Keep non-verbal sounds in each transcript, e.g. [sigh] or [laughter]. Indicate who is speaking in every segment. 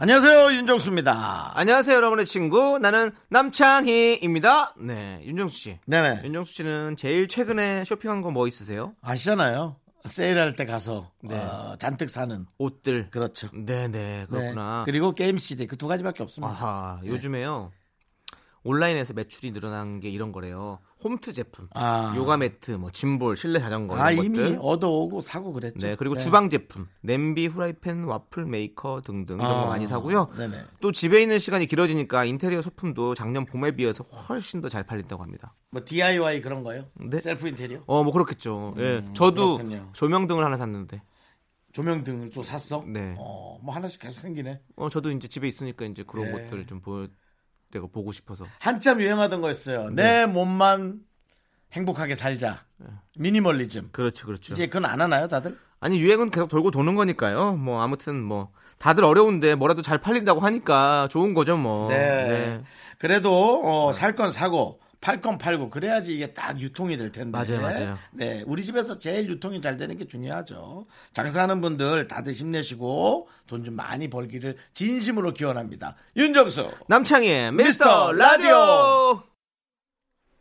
Speaker 1: 안녕하세요 윤정수입니다.
Speaker 2: 안녕하세요, 여러분의 친구. 나는 남창희입니다. 네, 윤정수 씨.
Speaker 1: 네네
Speaker 2: 윤정수 씨는 제일 최근에 쇼핑한 거 뭐 있으세요?
Speaker 1: 아시잖아요. 세일할 때 가서
Speaker 2: 네.
Speaker 1: 어, 잔뜩 사는
Speaker 2: 옷들.
Speaker 1: 그렇죠.
Speaker 2: 네네, 그렇구나.
Speaker 1: 네. 그리고 게임 CD 그 두 가지밖에 없습니다. 네.
Speaker 2: 아하, 요즘에요. 온라인에서 매출이 늘어난 게 이런 거래요. 홈트 제품,
Speaker 1: 아.
Speaker 2: 요가 매트, 뭐 짐볼, 실내 자전거
Speaker 1: 아,
Speaker 2: 이런
Speaker 1: 이미
Speaker 2: 것들.
Speaker 1: 얻어오고 사고 그랬죠.
Speaker 2: 네, 그리고 주방 제품, 냄비, 후라이팬, 와플 메이커 등등 이런 거
Speaker 1: 아,
Speaker 2: 많이 사고요.
Speaker 1: 네네.
Speaker 2: 또 집에 있는 시간이 길어지니까 인테리어 소품도 작년 봄에 비해서 훨씬 더 잘 팔린다고 합니다.
Speaker 1: 뭐 DIY 그런 거요?
Speaker 2: 네.
Speaker 1: 셀프 인테리어?
Speaker 2: 어, 뭐 그렇겠죠. 예. 저도
Speaker 1: 음, 그렇군요.
Speaker 2: 조명등을 하나 샀는데.
Speaker 1: 조명등을 또 샀어?
Speaker 2: 네.
Speaker 1: 어, 뭐 하나씩 계속 생기네.
Speaker 2: 어, 저도 이제 집에 있으니까 이제 그런
Speaker 1: 네.
Speaker 2: 것들을 좀 보여 내가 보고 싶어서.
Speaker 1: 한참 유행하던 거였어요.
Speaker 2: 네.
Speaker 1: 내 몸만 행복하게 살자. 미니멀리즘.
Speaker 2: 예. 그렇죠. 그렇죠.
Speaker 1: 이제 그건 안 하나요, 다들?
Speaker 2: 아니, 유행은 계속 돌고 도는 거니까요. 뭐 아무튼 뭐 다들 어려운데 뭐라도 잘 팔린다고 하니까 좋은 거죠, 뭐.
Speaker 1: 네. 그래도 어,
Speaker 2: 네.
Speaker 1: 살 건 사고 팔 건 팔고 그래야지 이게 딱 유통이 될 텐데.
Speaker 2: 맞아요, 맞아요.
Speaker 1: 네, 우리 집에서 제일 유통이 잘 되는 게 중요하죠. 장사하는 분들 다들 힘내시고 돈 좀 많이 벌기를 진심으로 기원합니다. 윤정수.
Speaker 2: 남창희의
Speaker 1: 미스터
Speaker 2: 미스터
Speaker 1: 라디오.
Speaker 2: 라디오.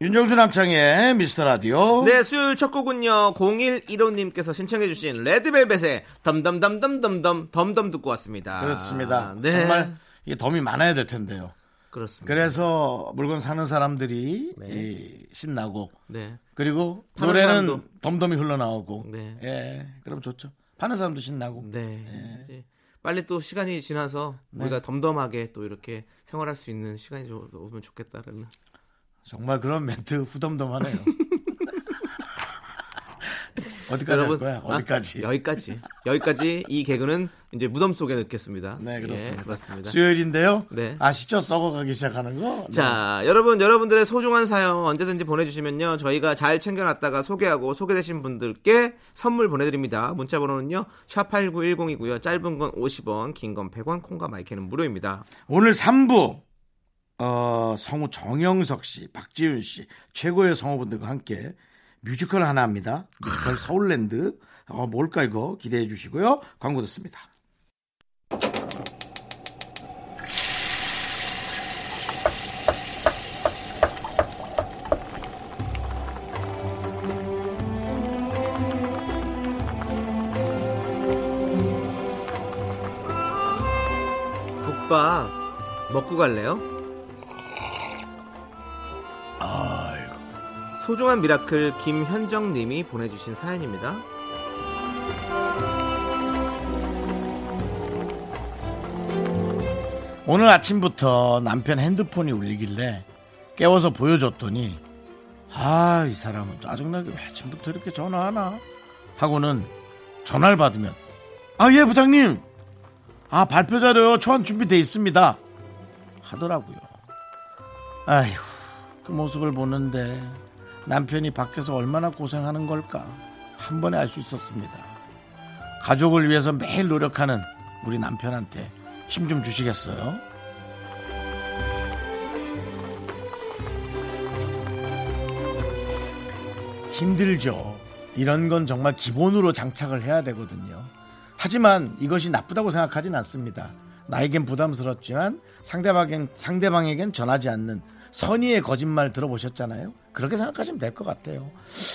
Speaker 1: 윤정수 남창의 미스터 라디오.
Speaker 2: 네, 수요일 첫 곡은요. 0115님께서 신청해 주신 레드벨벳의 덤덤덤덤덤덤 덤덤 듣고 왔습니다.
Speaker 1: 그렇습니다.
Speaker 2: 네.
Speaker 1: 정말 이게 덤이 많아야 될 텐데요.
Speaker 2: 그렇습니다.
Speaker 1: 그래서 물건 사는 사람들이 이, 신나고
Speaker 2: 네.
Speaker 1: 그리고
Speaker 2: 파는
Speaker 1: 노래는
Speaker 2: 사람도.
Speaker 1: 덤덤이 흘러나오고
Speaker 2: 네.
Speaker 1: 예 그럼 좋죠 파는 사람도 신나고 예.
Speaker 2: 네. 이제 빨리 또 시간이 지나서
Speaker 1: 네.
Speaker 2: 우리가 덤덤하게 또 이렇게 생활할 수 있는 시간이 좀 오면 좋겠다라는.
Speaker 1: 정말 그런
Speaker 2: [laughs]
Speaker 1: 멘트 후덤덤하네요. 어디까지 할
Speaker 2: 여러분
Speaker 1: 거야?
Speaker 2: 아,
Speaker 1: 어디까지?
Speaker 2: 여기까지. 여기까지 이 개그는 이제 무덤 속에 넣겠습니다.
Speaker 1: 네 그렇습니다.
Speaker 2: 예, 그렇습니다.
Speaker 1: 수요일인데요. 아, 네.
Speaker 2: 네.
Speaker 1: 아시죠? 썩어가기 시작하는 거.
Speaker 2: 자, 여러분, 여러분들의 소중한 사연 언제든지 보내주시면요. 저희가 잘 챙겨놨다가 소개하고 소개되신 분들께 선물 보내드립니다. 문자번호는요, 샵8910이고요. 짧은 건 50원, 긴 건 100원, 콩과 마이크는 무료입니다.
Speaker 1: 네. 오늘 3부 어, 성우 정영석 씨, 박지윤 씨 최고의 성우분들과 함께 뮤지컬 하나 합니다. 뮤지컬 서울랜드. 어, 뭘까 이거 기대해 주시고요. 광고 듣습니다.
Speaker 2: 국밥 먹고 갈래요? 소중한 미라클 김현정 님이 보내주신 사연입니다.
Speaker 1: 오늘 아침부터 남편 핸드폰이 울리길래 깨워서 보여줬더니 아 이 사람은 짜증나게 왜 아침부터 이렇게 전화하나 하고는 전화를 받으면 아 예 부장님 아 발표 자료 초안 준비돼 있습니다 하더라고요 아휴 그 모습을 보는데 남편이 밖에서 얼마나 고생하는 걸까 한 번에 알 수 있었습니다 가족을 위해서 매일 노력하는 우리 남편한테 힘 좀 주시겠어요? 힘들죠. 이런 건 정말 기본으로 장착을 해야 되거든요. 하지만 이것이 나쁘다고 생각하진 않습니다. 나에겐 부담스럽지만 상대방에겐, 상대방에겐 전하지 않는 선의의 거짓말 들어보셨잖아요. 그렇게 생각하시면 될 것 같아요.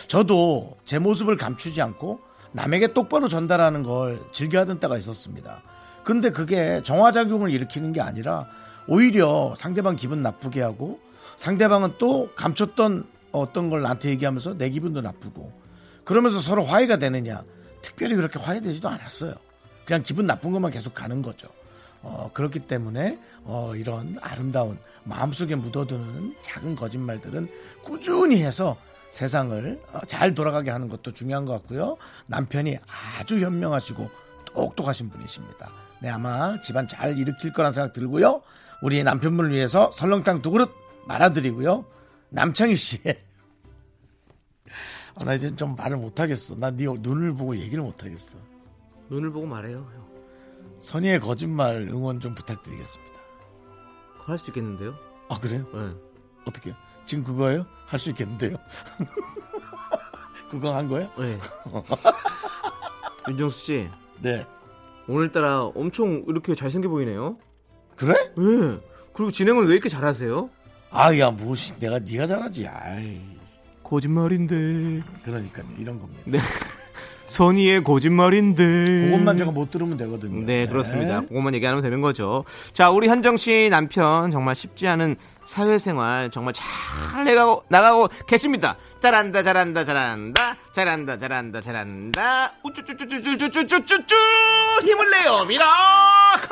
Speaker 1: 저도 제 모습을 감추지 않고 남에게 똑바로 전달하는 걸 즐겨하던 때가 있었습니다. 근데 그게 정화작용을 일으키는 게 아니라 오히려 상대방 기분 나쁘게 하고 상대방은 또 감췄던 어떤 걸 나한테 얘기하면서 내 기분도 나쁘고 그러면서 서로 화해가 되느냐 특별히 그렇게 화해되지도 않았어요. 그냥 기분 나쁜 것만 계속 가는 거죠. 어, 그렇기 때문에 어, 이런 아름다운 마음속에 묻어두는 작은 거짓말들은 꾸준히 해서 세상을 어, 잘 돌아가게 하는 것도 중요한 것 같고요. 남편이 아주 현명하시고 똑똑하신 분이십니다. 네, 아마 집안 잘 일으킬 거란 생각 들고요. 우리 남편분을 위해서 설렁탕 두 그릇 말아드리고요. 남창희 씨의 [laughs] 아, 나 이제 좀 말을 못하겠어. 나 네 눈을 보고 얘기를 못하겠어.
Speaker 2: 눈을 보고 말해요. 형.
Speaker 1: 선의의 거짓말 응원 좀 부탁드리겠습니다.
Speaker 2: 그거 할 수 있겠는데요?
Speaker 1: 아 그래요?
Speaker 2: 네.
Speaker 1: 어떻게요? 지금 그거예요? 할 수 있겠는데요? 그거 한 거예요?
Speaker 2: 네. [laughs] 윤정수 씨
Speaker 1: 네.
Speaker 2: 오늘따라 엄청 이렇게 잘생겨 보이네요.
Speaker 1: 그래?
Speaker 2: 네. 그리고 진행은 왜 이렇게 잘하세요?
Speaker 1: 아야 무엇이 내가 네가 잘하지. 아이.
Speaker 2: 거짓말인데.
Speaker 1: 그러니까요. 이런 겁니다.
Speaker 2: [laughs] 네. 선의의 거짓말인데.
Speaker 1: 그것만 제가 못 들으면 되거든요.
Speaker 2: 네, 그렇습니다. 그것만 얘기하면 되는 거죠. 자, 우리 현정 씨 남편 정말 쉽지 않은 사회생활 정말 잘 나가고, 나가고 계십니다. 잘한다, 잘한다, 잘한다, 잘한다, 잘한다, 잘한다. 우쭈쭈쭈쭈쭈쭈쭈쭈쭈 힘을 내요, 미라클!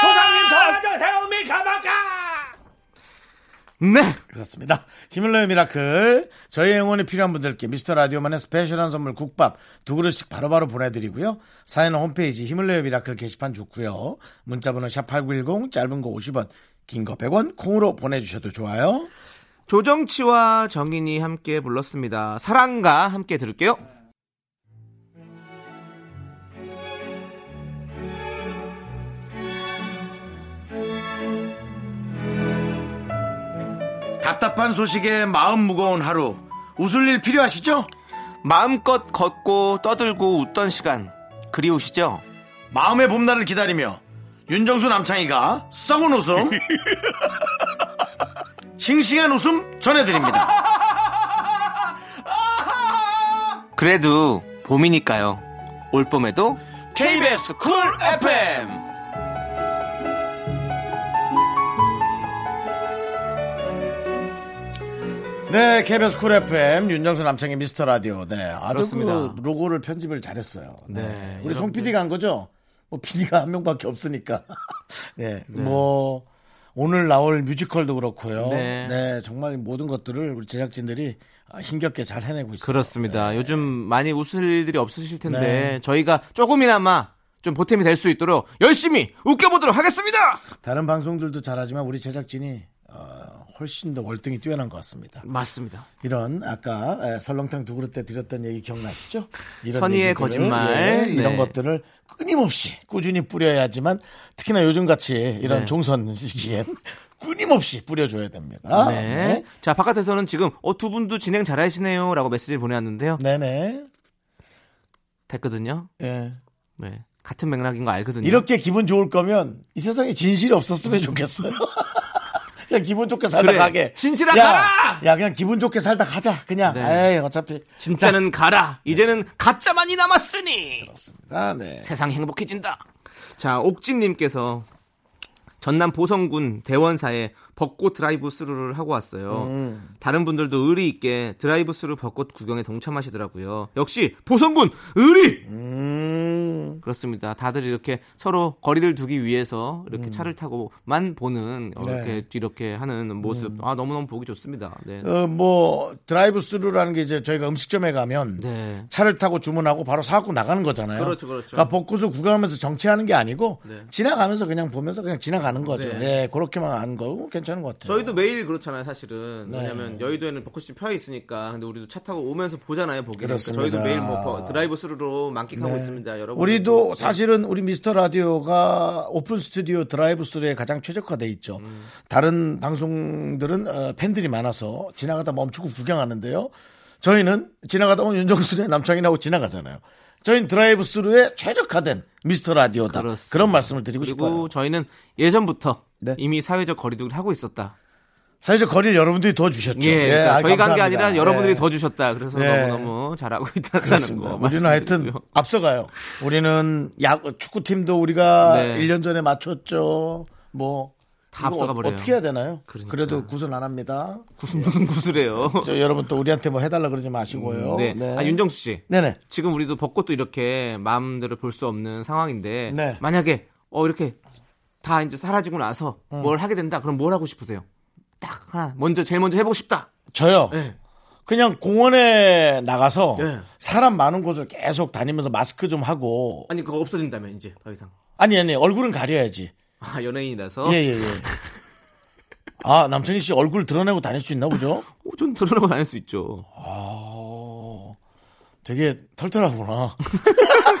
Speaker 1: 소장님 더
Speaker 3: 세요 미카마카
Speaker 2: 네,
Speaker 1: 그렇습니다. 히말라야 미라클 저희 응원이 필요한 분들께 미스터 라디오만의 스페셜한 선물 국밥 두 그릇씩 바로바로 보내드리고요. 사연은 홈페이지 히말라야 미라클 게시판 좋고요. 문자번호 샵8910 짧은 거 50원 긴 거 100원 콩으로 보내주셔도 좋아요.
Speaker 2: 조정치와 정인이 함께 불렀습니다. 사랑과 함께 들을게요.
Speaker 1: 답답한 소식에 마음 무거운 하루 웃을 일 필요하시죠?
Speaker 2: 마음껏 걷고 떠들고 웃던 시간 그리우시죠?
Speaker 1: 마음의 봄날을 기다리며 윤정수 남창희가 썩은 [laughs] 웃음 싱싱한 웃음 전해드립니다.
Speaker 2: 그래도 봄이니까요. 올 봄에도
Speaker 1: KBS 쿨 FM 네, KBS 쿨 FM 윤정수 남창희 미스터 라디오. 네, 아주
Speaker 2: 그렇습니다.
Speaker 1: 그 로고를 편집을 잘했어요. 네,
Speaker 2: 네,
Speaker 1: 우리 송
Speaker 2: 여러분들.
Speaker 1: PD가 한 거죠. 뭐 PD가 한 명밖에 없으니까. [laughs] 네, 뭐 오늘 나올 뮤지컬도 그렇고요.
Speaker 2: 네.
Speaker 1: 네. 정말 모든 것들을 우리 제작진들이 아, 힘겹게 잘 해내고 있어요.
Speaker 2: 그렇습니다. 요즘 많이 웃을 일들이 없으실 텐데
Speaker 1: 네.
Speaker 2: 저희가 조금이나마 좀 보탬이 될 수 있도록 열심히 웃겨보도록 하겠습니다.
Speaker 1: 다른 방송들도 잘하지만 우리 제작진이 어, 훨씬 더 월등히 뛰어난 것 같습니다.
Speaker 2: 맞습니다.
Speaker 1: 이런 아까 에, 설렁탕 두 그릇 때 드렸던 얘기 기억나시죠? 이런
Speaker 2: 선의의
Speaker 1: 얘기들을,
Speaker 2: 거짓말.
Speaker 1: 예, 이런
Speaker 2: 네.
Speaker 1: 것들을 끊임없이 꾸준히 뿌려야지만 특히나 요즘같이 이런
Speaker 2: 네.
Speaker 1: 종선 시기엔 끊임없이 뿌려줘야 됩니다.
Speaker 2: 네. 자 바깥에서는 지금 어, 두 분도 진행 잘하시네요라고 메시지를 보내왔는데요.
Speaker 1: 네. 네네.
Speaker 2: 됐거든요.
Speaker 1: 예.
Speaker 2: 네. 같은 맥락인 거 알거든요.
Speaker 1: 이렇게 기분 좋을 거면 이 세상에 진실이 없었으면 좋겠어요. [laughs] 그냥 기분 좋게 살다
Speaker 2: 그래,
Speaker 1: 가게.
Speaker 2: 진실아
Speaker 1: 야,
Speaker 2: 가라!
Speaker 1: 야 그냥 기분 좋게 살다 가자. 그냥.
Speaker 2: 네.
Speaker 1: 에이 어차피
Speaker 2: 진짜는 가라. 이제는 가짜만이 남았으니.
Speaker 1: 아, 네.
Speaker 2: 세상 행복해진다. 자, 옥진님께서 전남 보성군 대원사에 벚꽃 드라이브 스루를 하고 왔어요.
Speaker 1: 음.
Speaker 2: 다른 분들도 의리 있게 드라이브 스루 벚꽃 구경에 동참하시더라고요. 역시 보성군 의리.
Speaker 1: 음.
Speaker 2: 그렇습니다. 다들 이렇게 서로 거리를 두기 위해서 이렇게 차를 타고만 보는 어,
Speaker 1: 음. 네. 음.
Speaker 2: 이렇게 이렇게 하는 모습. 아 너무 너무 보기 좋습니다. 네.
Speaker 1: 어, 뭐 드라이브 스루라는 게 이제 저희가 음식점에 가면
Speaker 2: 네.
Speaker 1: 차를 타고 주문하고 바로 사갖고 나가는 거잖아요.
Speaker 2: 그렇죠, 그렇죠. 네.
Speaker 1: 그러니까 벚꽃을 구경하면서 정치하는 게 아니고 지나가면서 그냥 보면서 그냥 지나가는 거죠. 예, 그렇게만 하는 거고 괜찮은 것 같아요.
Speaker 2: 저희도 매일 그렇잖아요, 사실은.
Speaker 1: 네.
Speaker 2: 왜냐면 여의도에는 벚꽃이 펴 있으니까. 근데 우리도 차 타고 오면서 보잖아요, 보기.
Speaker 1: 그렇습니다.
Speaker 2: 저희도 매일 뭐 버- 드라이브 스루로 만끽하고 있습니다, 여러분.
Speaker 1: 네.
Speaker 2: 네.
Speaker 1: 우리도 사실은 우리 미스터 라디오가 오픈 스튜디오 드라이브 스루에 가장 최적화돼 있죠.
Speaker 2: 음.
Speaker 1: 다른 방송들은 어, 팬들이 많아서 지나가다 멈추고 구경하는데요. 저희는 지나가다 보면 윤정수의 남창이나고 지나가잖아요. 저희는 드라이브 스루에 최적화된 미스터 라디오다.
Speaker 2: 그렇습니다.
Speaker 1: 그런 말씀을 드리고
Speaker 2: 그리고
Speaker 1: 싶어요.
Speaker 2: 저희는 예전부터
Speaker 1: 네.
Speaker 2: 이미 사회적 거리두기를 하고 있었다.
Speaker 1: 사실 저 거리를 여러분들이 더 주셨죠.
Speaker 2: 예, 그러니까
Speaker 1: 아이,
Speaker 2: 저희가 한 게
Speaker 1: 감사합니다.
Speaker 2: 아니라 여러분들이
Speaker 1: 예.
Speaker 2: 더 주셨다. 그래서
Speaker 1: 네.
Speaker 2: 너무너무 잘하고 [laughs] 있다는
Speaker 1: 그렇습니다.
Speaker 2: 거.
Speaker 1: 우리는 하여튼
Speaker 2: 말씀드리고요.
Speaker 1: 앞서가요. 우리는 야 축구팀도 우리가
Speaker 2: 네.
Speaker 1: 1년 전에 맞췄죠. 뭐
Speaker 2: 다
Speaker 1: 이거
Speaker 2: 앞서가
Speaker 1: 어-
Speaker 2: 버려요.
Speaker 1: 어떻게 해야 되나요? 그
Speaker 2: 그러니까.
Speaker 1: 래도 구슬 안 합니다.
Speaker 2: 무슨 무슨 구슬해요.
Speaker 1: [laughs] 저 여러분 또 우리한테 뭐 해달라 그러지 마시고요.
Speaker 2: 네. 아, 윤정수 씨.
Speaker 1: 네네.
Speaker 2: 지금 우리도 벚꽃도 이렇게 마음대로 볼 수 없는 상황인데
Speaker 1: 네.
Speaker 2: 만약에 어 이렇게 다 이제 사라지고 나서
Speaker 1: 음.
Speaker 2: 뭘 하게 된다. 그럼 뭘 하고 싶으세요? 딱 하나 먼저 제일 먼저 해보고 싶다.
Speaker 1: 저요.
Speaker 2: 네.
Speaker 1: 그냥 공원에 나가서
Speaker 2: 네.
Speaker 1: 사람 많은 곳을 계속 다니면서 마스크 좀 하고
Speaker 2: 아니 그거 없어진다면 이제 더 이상. [laughs]
Speaker 1: 아니 아니 얼굴은 가려야지.
Speaker 2: 아, 연예인이라서.
Speaker 1: 예, 예, 예. 아, 남창희 씨 얼굴 드러내고 다닐 수 있나 보죠?
Speaker 2: 어, 좀 드러나고 다닐 수 있죠.
Speaker 1: 아, 되게 털털하구나.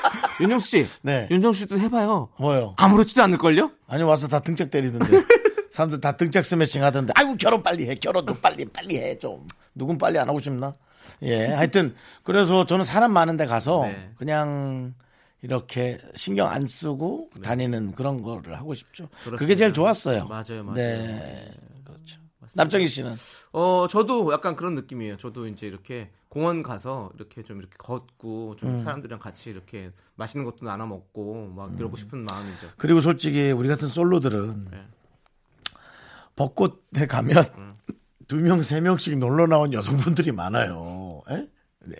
Speaker 2: [laughs] 윤정수 씨.
Speaker 1: 네.
Speaker 2: 윤정수 씨도 해봐요.
Speaker 1: 뭐요?
Speaker 2: 아무렇지도 않을걸요?
Speaker 1: 아니, 와서 다
Speaker 2: [laughs]
Speaker 1: 등짝 때리던데. 사람들 다 등짝 스매싱 하던데. 아이고, 결혼 빨리 해. 결혼 좀 빨리, 빨리 해. 좀. 누군 빨리 안 하고 싶나? 예. 하여튼, 그래서 저는 사람 많은 데 가서
Speaker 2: 네.
Speaker 1: 그냥 이렇게 신경 안 쓰고 다니는 그런 거를 하고 싶죠. 그게 제일 좋았어요.
Speaker 2: 네. 맞아요, 맞아요.
Speaker 1: 네. 그렇죠. 남정희 씨는?
Speaker 2: 어, 저도 약간 그런 느낌이에요. 저도 이제 이렇게 공원 가서 이렇게 좀 이렇게 걷고 좀
Speaker 1: 음.
Speaker 2: 사람들이랑 같이 이렇게 맛있는 것도 나눠 먹고 막 이러고 싶은 마음이죠.
Speaker 1: 그리고 솔직히 우리 같은 솔로들은
Speaker 2: 네.
Speaker 1: 벚꽃에 가면
Speaker 2: 음.
Speaker 1: [laughs] 두 명, 세 명씩 놀러 나온 여성분들이 많아요. 에?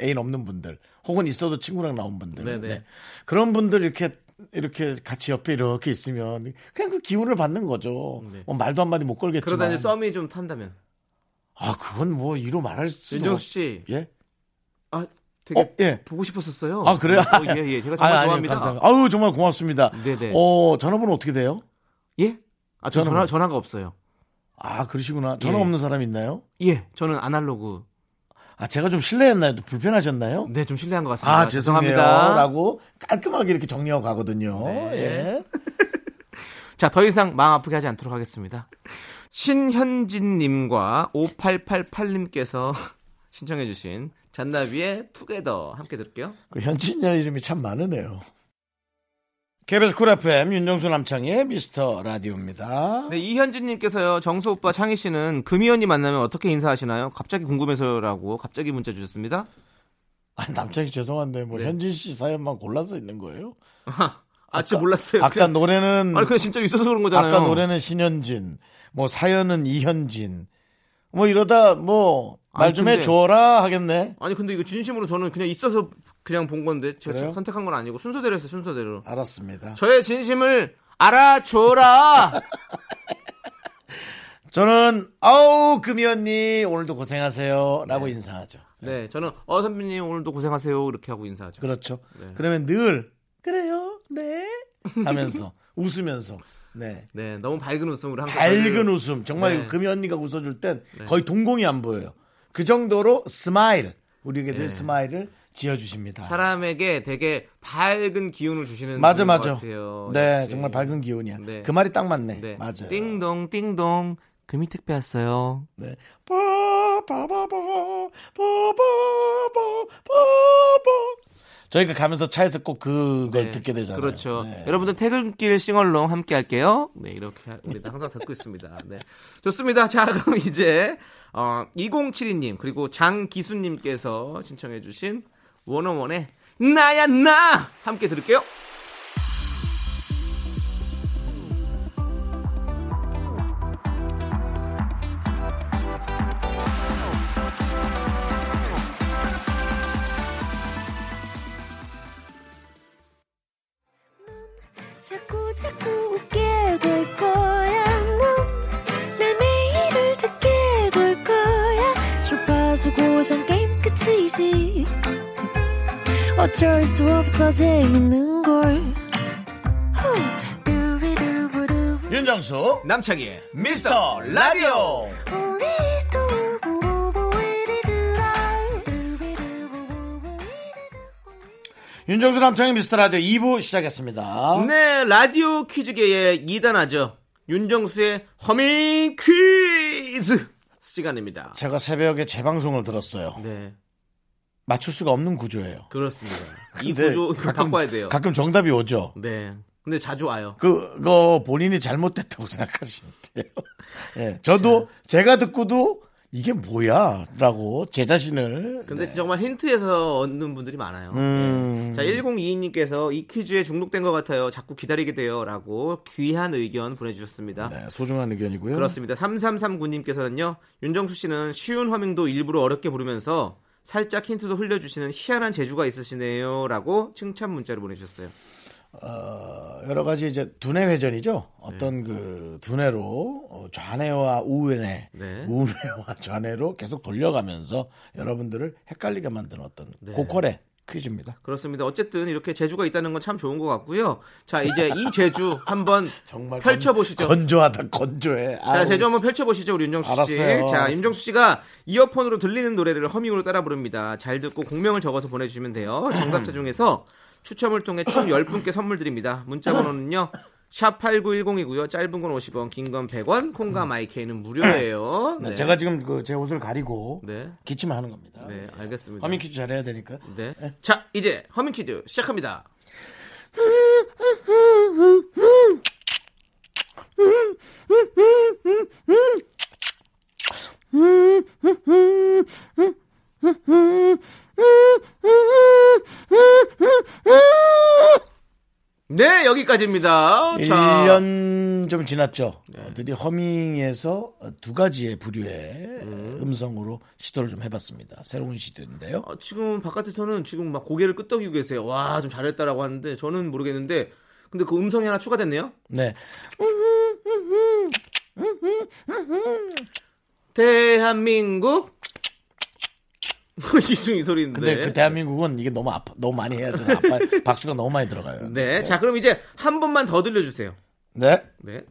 Speaker 1: 애인 없는 분들, 혹은 있어도 친구랑 나온 분들.
Speaker 2: 네네.
Speaker 1: 그런 분들 이렇게 이렇게 같이 옆에 이렇게 있으면 그냥 그 기운을 받는 거죠.
Speaker 2: 네.
Speaker 1: 뭐 말도 한마디 못 걸겠지만.
Speaker 2: 그러다 이제 썸이 좀 탄다면
Speaker 1: 아, 그건 뭐 이로 말할 수도
Speaker 2: 윤정수
Speaker 1: 없...
Speaker 2: 씨,
Speaker 1: 예?
Speaker 2: 아 되게
Speaker 1: 어, 예.
Speaker 2: 보고 싶었었어요.
Speaker 1: 아, 그래요?
Speaker 2: 어, 예, 예, 제가 정말
Speaker 1: 아니, 아니,
Speaker 2: 좋아합니다.
Speaker 1: 감사합니다. 아유, 정말 고맙습니다.
Speaker 2: 네네.
Speaker 1: 어, 전화번호 어떻게 돼요?
Speaker 2: 예? 아, 저
Speaker 1: 저는
Speaker 2: 전화 전화가 없어요.
Speaker 1: 아, 그러시구나. 전화
Speaker 2: 예.
Speaker 1: 없는 사람 있나요?
Speaker 2: 예, 저는 아날로그.
Speaker 1: 아, 제가 좀 실례했나요? 불편하셨나요?
Speaker 2: 네, 좀 실례한 것 같습니다.
Speaker 1: 아,
Speaker 2: 죄송합니다.
Speaker 1: 죄송합니다라고 깔끔하게 이렇게 정리하고 가거든요.
Speaker 2: 네.
Speaker 1: 예.
Speaker 2: 자, 더 이상 마음 아프게 하지 않도록 하겠습니다. 신현진님과 5888님께서 [laughs] 신청해주신 잔나비의 투게더 함께 들을게요.
Speaker 1: 그 현진이라는 이름이 참 많으네요. KBS 쿨 FM 윤정수 남창의 미스터 라디오입니다.
Speaker 2: 네, 이현진님께서요, 정수 오빠 창희 씨는 금이 언니 만나면 어떻게 인사하시나요? 갑자기 궁금해서요라고 갑자기 문자 주셨습니다.
Speaker 1: 아, 남창이 죄송한데 뭐
Speaker 2: 네.
Speaker 1: 현진 씨 사연만 골라서 있는 거예요?
Speaker 2: 아, 진짜 몰랐어요.
Speaker 1: 아까 노래는
Speaker 2: 아니, 그냥 진짜 있어서 그런 거잖아요.
Speaker 1: 아까 노래는 신현진, 뭐 사연은 이현진, 뭐 이러다 뭐 말
Speaker 2: 아니,
Speaker 1: 좀
Speaker 2: 근데-
Speaker 1: 해줘라 하겠네.
Speaker 2: 아니, 근데 이거 진심으로 저는 그냥 있어서 그냥 본 건데, 제가
Speaker 1: 그래요?
Speaker 2: 선택한 건 아니고, 순서대로 했어요, 순서대로.
Speaker 1: 알았습니다.
Speaker 2: 저의 진심을 알아줘라!
Speaker 1: [laughs] 저는 아우 금이 언니 오늘도 고생하세요라고 인사하죠.
Speaker 2: 네, 저는 어 선배님 오늘도 고생하세요 이렇게 하고 인사하죠. 네.
Speaker 1: 그렇죠.
Speaker 2: [laughs]
Speaker 1: 그러면 늘 그래요. 네. 하면서 [laughs] 웃으면서. 네.
Speaker 2: 네, 너무 밝은 웃음으로 항상
Speaker 1: 밝은
Speaker 2: 저를-
Speaker 1: 웃음. 정말
Speaker 2: 네.
Speaker 1: 금이 언니가 웃어줄 땐 거의 동공이 안 보여요. 그 정도로 스마일. 우리에게 늘 스마일을 지어주십니다.
Speaker 2: 네. 사람에게 되게 밝은 기운을 주시는
Speaker 1: 맞아,
Speaker 2: 분인
Speaker 1: 맞아.
Speaker 2: 것 같아요.
Speaker 1: 네,
Speaker 2: 역시.
Speaker 1: 정말 밝은 기운이야.
Speaker 2: 네.
Speaker 1: 그 말이 딱 맞네.
Speaker 2: 네.
Speaker 1: 맞아요.
Speaker 2: 띵동 띵동 금이 택배 왔어요.
Speaker 1: 네. 빠바바바, 빠바바, 빠바. 저희가 가면서 차에서 꼭 그걸
Speaker 2: 네,
Speaker 1: 듣게 되잖아요.
Speaker 2: 그렇죠.
Speaker 1: 네.
Speaker 2: 여러분들 퇴근길 싱얼롱 함께 할게요. 네, 이렇게 우리 항상 듣고 있습니다. 네. 좋습니다. 자, 그럼 이제 어 2072님 그리고 장기수 님께서 신청해 주신 원어원의 나야 나 함께 들을게요.
Speaker 4: 자꾸 자꾸 웃게 될 거야. 넌내 매일을 듣게 될 거야. 주파수 고정 게임 끝이지. 어쩔 수 없어 재밌는 걸. 후. 두비두부두부.
Speaker 1: 윤정수,
Speaker 2: 남창희의
Speaker 1: 미스터 라디오.
Speaker 4: 우리 두부부부 우리 두라. 두비두부부부 우리 두라.
Speaker 1: 윤정수 남창의 미스터 라디오 2부 시작했습니다.
Speaker 2: 네, 라디오 퀴즈계의 2단하죠. 윤정수의 허밍 퀴즈 시간입니다.
Speaker 1: 제가 새벽에 재방송을 들었어요.
Speaker 2: 네,
Speaker 1: 맞출 수가 없는 구조예요.
Speaker 2: 그렇습니다. 이
Speaker 1: 근데
Speaker 2: 구조 이거 바꿔야 돼요.
Speaker 1: 가끔 정답이 오죠.
Speaker 2: 네, 근데 자주 와요.
Speaker 1: 그거 본인이 잘못됐다고 [laughs] 생각하시면 돼요. 예, 저도 제가 듣고도 이게 뭐야라고 제 자신을
Speaker 2: 근데 정말 힌트에서 얻는 분들이 많아요. 네.
Speaker 1: 음.
Speaker 2: 자, 1022님께서 이 퀴즈에 중독된 것 같아요. 자꾸 기다리게 돼요. 라고 귀한 의견 보내주셨습니다.
Speaker 1: 네, 소중한 의견이고요.
Speaker 2: 그렇습니다. 3339님께서는요, 윤정수 씨는 쉬운 허밍도 일부러 어렵게 부르면서 살짝 힌트도 흘려주시는 희한한 재주가 있으시네요. 라고 칭찬 문자를 보내주셨어요.
Speaker 1: 어, 여러 가지 이제 두뇌 회전이죠.
Speaker 2: 네.
Speaker 1: 어떤 그 두뇌로 어, 좌뇌와 우뇌,
Speaker 2: 네.
Speaker 1: [laughs]
Speaker 2: 네.
Speaker 1: 우뇌와 좌뇌로 계속 돌려가면서 여러분들을 헷갈리게 만드는 어떤 고퀄의 퀴즈입니다.
Speaker 2: 그렇습니다. 어쨌든 이렇게 재주가 있다는 건 참 좋은 것 같고요. 자, 이제 이 재주 한번
Speaker 1: [laughs] 정말 건-
Speaker 2: 펼쳐보시죠.
Speaker 1: 건조하다 건조해.
Speaker 2: 자,
Speaker 1: 아우,
Speaker 2: 재주 한번 펼쳐보시죠, 우리 윤정수 씨.
Speaker 1: 알았어요.
Speaker 2: 자, 임정수 씨가 이어폰으로 들리는 노래를 허밍으로 따라 부릅니다. 잘 듣고 공명을 적어서 보내주시면 돼요. 정답자 중에서 추첨을 통해 총 10분께 선물 드립니다. 문자 번호는요. 샵 8910이고요. 짧은 건 50원, 긴 건 100원, 콩과 마이케이는 무료예요.
Speaker 1: 네, 제가 지금 그 제 옷을 가리고
Speaker 2: 네.
Speaker 1: 기침하는 겁니다.
Speaker 2: 네, 알겠습니다.
Speaker 1: 허밍 퀴즈 잘해야 되니까.
Speaker 2: 네. 자, 이제 허밍 퀴즈 시작합니다. 네, 여기까지입니다. 자, 네.
Speaker 1: 1년 좀 지났죠. 어들이 허밍에서 두 가지의 부류의 음. 성으로 시도를 좀 해봤습니다. 새로운 시도인데요.
Speaker 2: 어, 지금 바깥에서는 지금 막 고개를 끄덕이고 계세요. 와, 좀 잘했다라고 하는데 저는 모르겠는데 근데 그 음성이 하나 추가됐네요.
Speaker 1: 네.
Speaker 2: 대한민국 [laughs] 이승 이 소리인데.
Speaker 1: 근데 그 대한민국은 이게 너무 아파, 너무 많이 해야 돼서
Speaker 2: [laughs]
Speaker 1: 아파, 박수가 너무 많이 들어가요.
Speaker 2: 네, 자 그럼 이제 한 번만 더 들려주세요.
Speaker 1: 네.
Speaker 2: 네.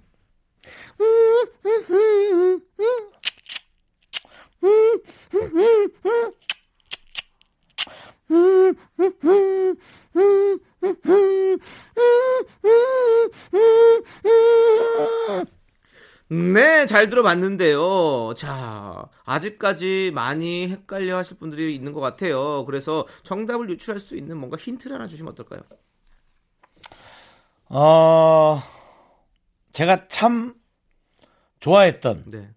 Speaker 2: 네, 잘 들어봤는데요. 자, 아직까지 많이 헷갈려 하실 분들이 있는 것 같아요. 그래서 정답을 유추할 수 있는 뭔가 힌트를 하나 주시면 어떨까요?
Speaker 1: 어, 제가 참 좋아했던
Speaker 2: 네.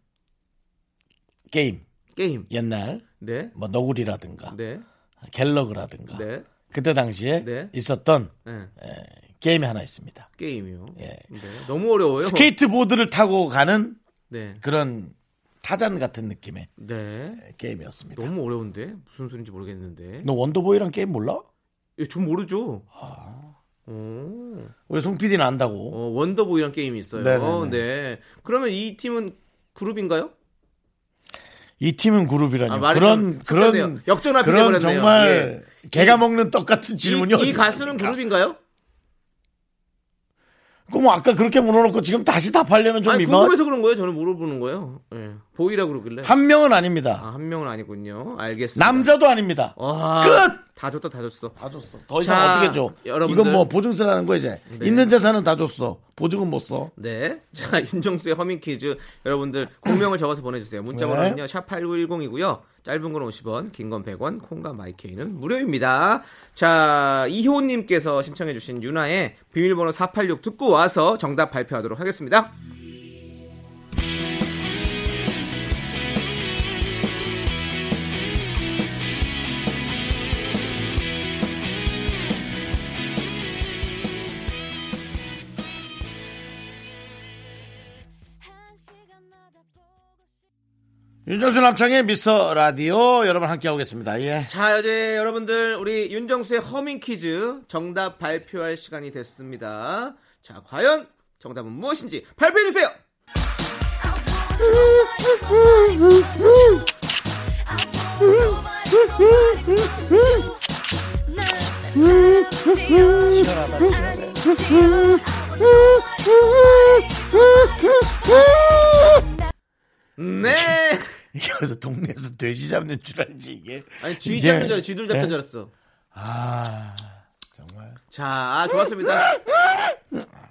Speaker 1: 게임.
Speaker 2: 게임.
Speaker 1: 옛날,
Speaker 2: 네.
Speaker 1: 뭐, 너구리라든가,
Speaker 2: 네.
Speaker 1: 갤러그라든가.
Speaker 2: 네.
Speaker 1: 그때 당시에
Speaker 2: 네.
Speaker 1: 있었던
Speaker 2: 네.
Speaker 1: 예, 게임이 하나 있습니다.
Speaker 2: 게임이요.
Speaker 1: 예.
Speaker 2: 네. 너무 어려워요.
Speaker 1: 스케이트보드를 타고 가는
Speaker 2: 네.
Speaker 1: 그런 타잔 같은 느낌의 예,
Speaker 2: 네.
Speaker 1: 게임이었습니다.
Speaker 2: 너무 어려운데 무슨 소리인지 모르겠는데.
Speaker 1: 너 원더보이랑 게임 몰라? 아.
Speaker 2: 예, 전 모르죠. 오.
Speaker 1: 우리 송 PD는
Speaker 2: 어,
Speaker 1: 안다고.
Speaker 2: 원더보이란 게임이 있어요.
Speaker 1: 네네네.
Speaker 2: 어, 네. 그러면 이 팀은 그룹인가요?
Speaker 1: 이 팀은 그룹이라니.
Speaker 2: 아,
Speaker 1: 요
Speaker 2: 말이
Speaker 1: 그런
Speaker 2: 좀 섞였네요.
Speaker 1: 그런
Speaker 2: 역전합이
Speaker 1: 그런
Speaker 2: 돼버렸네요. 예.
Speaker 1: 정말 개가 먹는 떡 같은 질문이
Speaker 2: 이,
Speaker 1: 어디
Speaker 2: 이 가수는
Speaker 1: 있습니까?
Speaker 2: 그룹인가요?
Speaker 1: 그럼 뭐 아까 그렇게 물어놓고 지금 다시 답하려면 좀
Speaker 2: 아니
Speaker 1: 민망한.
Speaker 2: 궁금해서 그런 거예요. 저는 물어보는 거예요. 예. 보이라 그러길래.
Speaker 1: 한 명은 아닙니다.
Speaker 2: 아, 한 명은 아니군요. 알겠습니다. 어.
Speaker 1: 남자도 아닙니다.
Speaker 2: 와,
Speaker 1: 끝!
Speaker 2: 다 줬다, 다 줬어.
Speaker 1: 다 줬어. 더 이상
Speaker 2: 자,
Speaker 1: 어떻게 줘?
Speaker 2: 여러분들.
Speaker 1: 이건 뭐 보증서라는 거 이제 있는 재산은 다 줬어. 보증은 못 써.
Speaker 2: 네. [laughs] 자, 윤정수의 허밍 퀴즈. 여러분들, 공명을 적어서 보내주세요.
Speaker 1: 네.
Speaker 2: 문자번호는요, 샵8910이고요. 짧은 건 50원, 긴 건 100원, 콩과 마이케이는 무료입니다. 자, 이효님께서 신청해주신 유나의 비밀번호 486 듣고 와서 정답 발표하도록 하겠습니다.
Speaker 1: 윤정수 남창의 미스터 라디오 여러분 함께 하고 계십니다. 예.
Speaker 2: 자, 이제 여러분들, 우리 윤정수의 허밍 퀴즈 정답 발표할 시간이 됐습니다. 자, 과연 정답은 무엇인지 발표해주세요! 네!
Speaker 1: 이게 그래서 동네에서 돼지 잡는 줄 알지 이게.
Speaker 2: 아니 쥐
Speaker 1: 이게-
Speaker 2: 잡는 줄 알았어. 쥐들 잡는
Speaker 1: 예?
Speaker 2: 줄 알았어.
Speaker 1: 아 정말.
Speaker 2: 자, 아, 좋았습니다.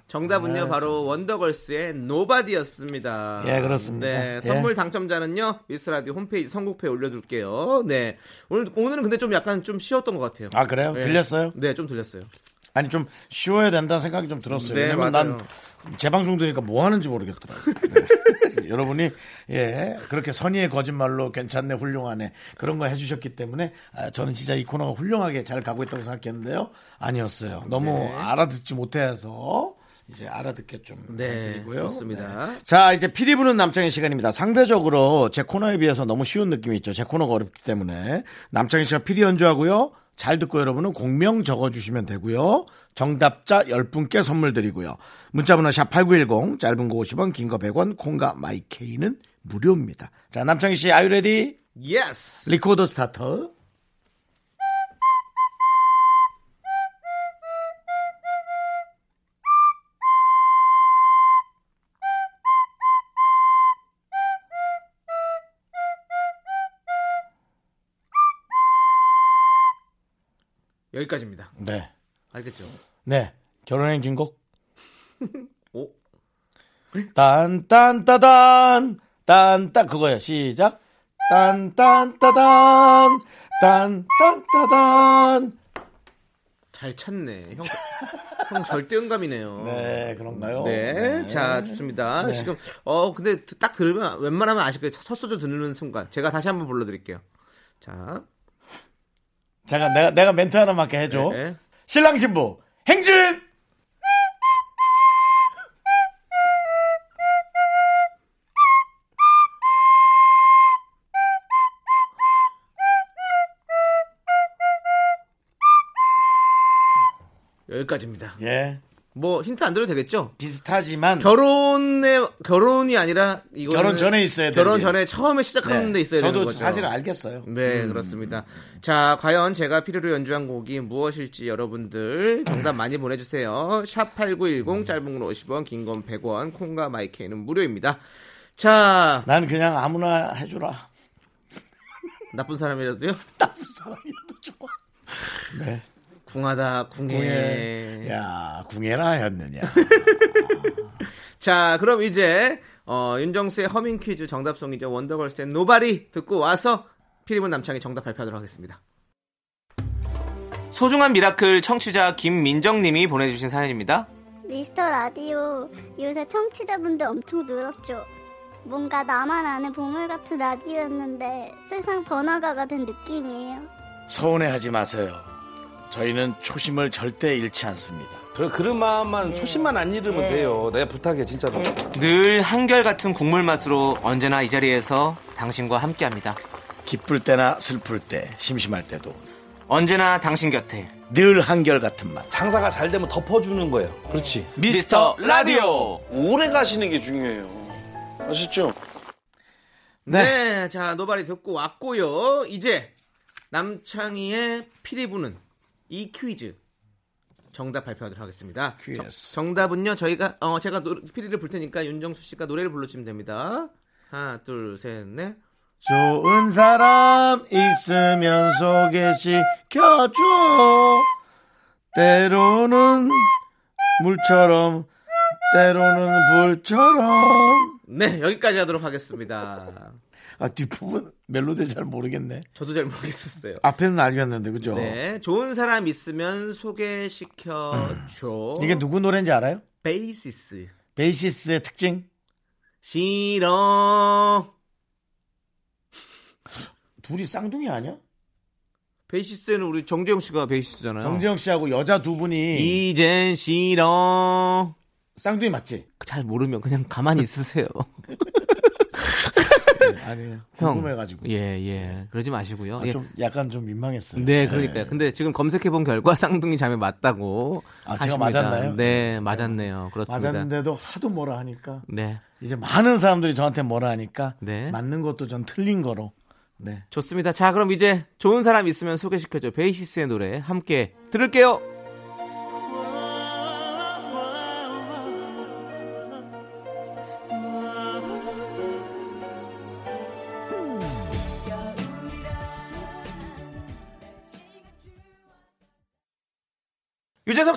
Speaker 2: 정답은요 바로 원더걸스의 노바디였습니다.
Speaker 1: 예, 그렇습니다.
Speaker 2: 네,
Speaker 1: 예.
Speaker 2: 선물 당첨자는요 미스라디오 홈페이지 선곡표에 올려둘게요. 네, 오늘 오늘은 근데 좀 약간 좀 쉬었던 것 같아요.
Speaker 1: 아 그래요?
Speaker 2: 예.
Speaker 1: 들렸어요?
Speaker 2: 네, 좀 들렸어요.
Speaker 1: 아니 좀 쉬어야 된다는 생각이 좀 들었어요.
Speaker 2: 네,
Speaker 1: 왜냐면
Speaker 2: 맞아요.
Speaker 1: 난 재방송 되니까 뭐
Speaker 2: [laughs]
Speaker 1: 하는지 모르겠더라고요. 네. 여러분이 예 그렇게 선의의 거짓말로 괜찮네 훌륭하네 그런 거 해주셨기 때문에 아, 저는 진짜 이 코너가 훌륭하게 잘 가고 있다고 생각했는데요. 아니었어요. 너무 알아듣지 못해서 이제 알아듣게 좀
Speaker 2: 네,
Speaker 1: 해드리고요.
Speaker 2: 좋습니다.
Speaker 1: 네. 자 이제 피리 부는 남창의 시간입니다. 상대적으로 제 코너에 비해서 너무 쉬운 느낌이 있죠. 제 코너가 어렵기 때문에 남창희 씨가 피리 연주하고요. 잘 듣고 여러분은 공명 적어주시면 되고요. 정답자 10분께 선물 드리고요. 문자번호 샵8910 짧은 거 50원 긴 거 100원 콩과 마이케이는 무료입니다. 자 남창희 씨 아유레디
Speaker 2: Yes.
Speaker 1: 리코더 스타터
Speaker 2: 여기까지입니다.
Speaker 1: 네.
Speaker 2: 알겠죠?
Speaker 1: 네. 결혼행 진곡.
Speaker 2: 오?
Speaker 1: 딴딴따단 딴딴 그거예요. 시작. 딴딴따단 딴딴따단
Speaker 2: 잘 찾네. 형, 형 절대 음감이네요.
Speaker 1: [laughs] 네, 그런가요?
Speaker 2: 네. 자, 좋습니다. 지금, 어, 근데 딱 들으면, 웬만하면 아실 거예요. 첫 소절 듣는 순간. 제가 다시 한번 불러드릴게요. 자.
Speaker 1: 잠깐 내가 내가 멘트 하나 맞게 해 줘.
Speaker 2: 네.
Speaker 1: 신랑 신부 행진
Speaker 2: 여기까지입니다.
Speaker 1: 예
Speaker 2: 뭐, 힌트 안 들어도 되겠죠?
Speaker 1: 비슷하지만
Speaker 2: 결혼에, 결혼이 아니라, 이거.
Speaker 1: 결혼 전에 있어야 되는
Speaker 2: 결혼
Speaker 1: 게.
Speaker 2: 전에 처음에 시작하는
Speaker 1: 네.
Speaker 2: 데 있어야
Speaker 1: 저도
Speaker 2: 되는 거죠.
Speaker 1: 사실 알겠어요. 음.
Speaker 2: 네, 그렇습니다. 자, 과연 제가 필요로 연주한 곡이 무엇일지 여러분들 정답 많이 보내주세요.
Speaker 1: 음.
Speaker 2: 샵8910, 짧은 건 50원, 긴 건 100원, 콩과 마이케이는 무료입니다. 자,
Speaker 1: 난 그냥 아무나 해주라.
Speaker 2: 나쁜 사람이라도요?
Speaker 1: 나쁜 사람이라도 좋아. 네.
Speaker 2: 궁하다, 궁해.
Speaker 1: 궁해. 야, 궁해라였느냐.
Speaker 2: [laughs] 자, 그럼 이제, 어, 윤정수의 허밍 퀴즈 정답송이죠. 원더걸스의 노바리 듣고 와서 피리문 남창의 정답 발표하도록 하겠습니다. 소중한 미라클 청취자 김민정님이 보내주신 사연입니다.
Speaker 5: 미스터 라디오 요새 청취자분들 엄청 늘었죠. 뭔가 나만 아는 보물 같은 라디오였는데 세상 번화가가 된 느낌이에요.
Speaker 1: 서운해하지 마세요. 저희는 초심을 절대 잃지 않습니다.
Speaker 6: 그래, 그런 마음만 초심만 안 잃으면 돼요. 내가 부탁해 진짜로.
Speaker 2: 늘 한결같은 국물 맛으로 언제나 이 자리에서 당신과 함께합니다.
Speaker 1: 기쁠 때나 슬플 때, 네, 심심할 때도
Speaker 2: 언제나 당신 곁에
Speaker 1: 늘 한결같은 맛.
Speaker 6: 장사가 잘 되면 덮어주는 거예요. 그렇지.
Speaker 2: 미스터 라디오.
Speaker 7: 오래 가시는 게 중요해요. 아셨죠?
Speaker 2: 네. 자 노바리 듣고 왔고요. 이제 남창희의 피리 부는 이 퀴즈 정답 발표하도록 하겠습니다.
Speaker 1: 퀴즈.
Speaker 2: 정, 답은요 저희가 어 제가 노- 피리를 불 테니까 윤정수 씨가 노래를 불러주시면 됩니다. 하나 둘 셋 넷.
Speaker 1: 좋은 사람 있으면 소개시켜줘. 때로는 물처럼, 때로는 불처럼.
Speaker 2: 네 여기까지 하도록 하겠습니다.
Speaker 1: 아, 뒷부분 멜로디를 잘 모르겠네.
Speaker 2: 저도 잘 모르겠었어요.
Speaker 1: 앞에는 알겠는데, 아, 그죠?
Speaker 2: 네, 좋은 사람 있으면 소개시켜 줘.
Speaker 1: 음. 이게 누구 노래인지 알아요?
Speaker 2: 베이시스
Speaker 1: 베이시스의 특징?
Speaker 2: 싫어.
Speaker 1: 둘이 쌍둥이 아니야?
Speaker 2: 베이시스는 우리 정재영 씨가 베이시스잖아요.
Speaker 1: 정재영 씨하고 여자 두 분이
Speaker 2: 이젠 싫어.
Speaker 1: 쌍둥이 맞지?
Speaker 2: 잘 모르면 그냥 가만히 있으세요.
Speaker 1: 아니요.
Speaker 2: 형.
Speaker 1: 궁금해가지고.
Speaker 2: 예, 예. 그러지 마시고요.
Speaker 1: 아,
Speaker 2: 예.
Speaker 1: 좀 약간 좀 민망했어요.
Speaker 2: 네, 그러니까요.
Speaker 1: 예.
Speaker 2: 근데 지금 검색해본 결과 쌍둥이 자매 맞다고.
Speaker 1: 아, 제가
Speaker 2: 하십니다.
Speaker 1: 맞았나요?
Speaker 2: 네, 맞았네요. 그렇습니다.
Speaker 1: 맞았는데도 하도 뭐라 하니까
Speaker 2: 네.
Speaker 1: 이제 많은 사람들이 저한테 뭐라 하니까
Speaker 2: 네.
Speaker 1: 맞는 것도 전 틀린 거로. 네.
Speaker 2: 좋습니다. 자, 그럼 이제 좋은 사람 있으면 소개시켜줘. 베이시스의 노래 함께 들을게요. 유재석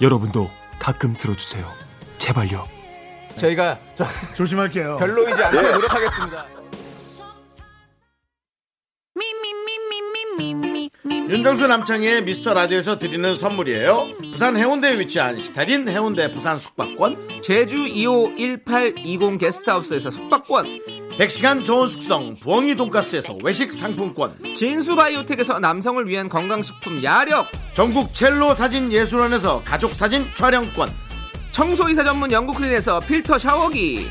Speaker 8: 여러분도 가끔 들어주세요. 제발요.
Speaker 2: 저희가 저-
Speaker 1: 조심할게요.
Speaker 2: 별로이지 않게
Speaker 9: 예.
Speaker 2: 노력하겠습니다.
Speaker 1: 윤정수 남창의 미스터 라디오에서 드리는 선물이에요. 부산 해운대에 위치한 시타딘 해운대 부산 숙박권,
Speaker 2: 제주 2호 1820 게스트하우스에서 숙박권,
Speaker 1: 100시간 좋은 숙성 부엉이 돈가스에서 외식 상품권,
Speaker 2: 진수바이오텍에서 남성을 위한 건강식품 야력,
Speaker 1: 전국 첼로 사진 예술원에서 가족 사진 촬영권,
Speaker 2: 청소이사 전문 영국클린에서 필터 샤워기,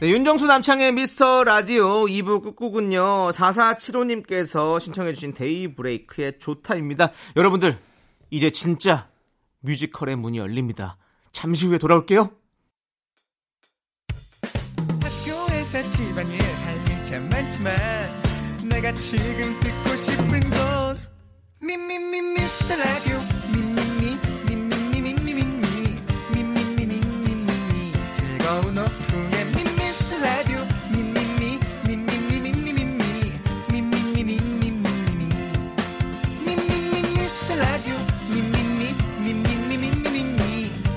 Speaker 2: 네, 윤정수 남창의 미스터 라디오 2부 끝곡은요 4475님께서 신청해주신 데이 브레이크의 좋다입니다 여러분들 이제 진짜 뮤지컬의 문이 열립니다 잠시 후에 돌아올게요
Speaker 10: 학교에서 집안일 할 일 참 많지만 내가 지금 듣고 싶은 건 미미미 미스터 라디오 미미미 미미미 미미미 미미미 미미미 즐거운 오후에 미스터 라디오 미미미 미미미 미미미 미미미 미미미 미미미 미스터 라디오 미미미 미미미 미미미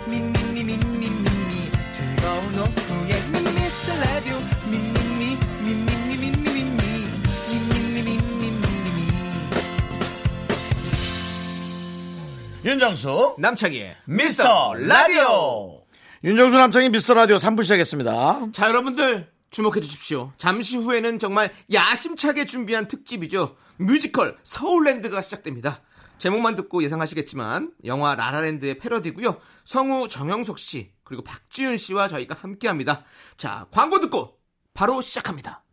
Speaker 10: 미미미 미미미 즐거운 오후에 미스터 라디오 미미미 미미미 미미미 미미미 미미미
Speaker 1: 윤정수
Speaker 2: 남창희의
Speaker 1: 미스터 라디오 윤정수 남창희 미스터 라디오 3부 시작했습니다
Speaker 2: 자 여러분들 주목해 주십시오 잠시 후에는 정말 야심차게 준비한 특집이죠 뮤지컬 서울랜드가 시작됩니다 제목만 듣고 예상하시겠지만 영화 라라랜드의 패러디고요 성우 정영석 씨 그리고 박지윤 씨와 저희가 함께합니다 자 광고 듣고 바로 시작합니다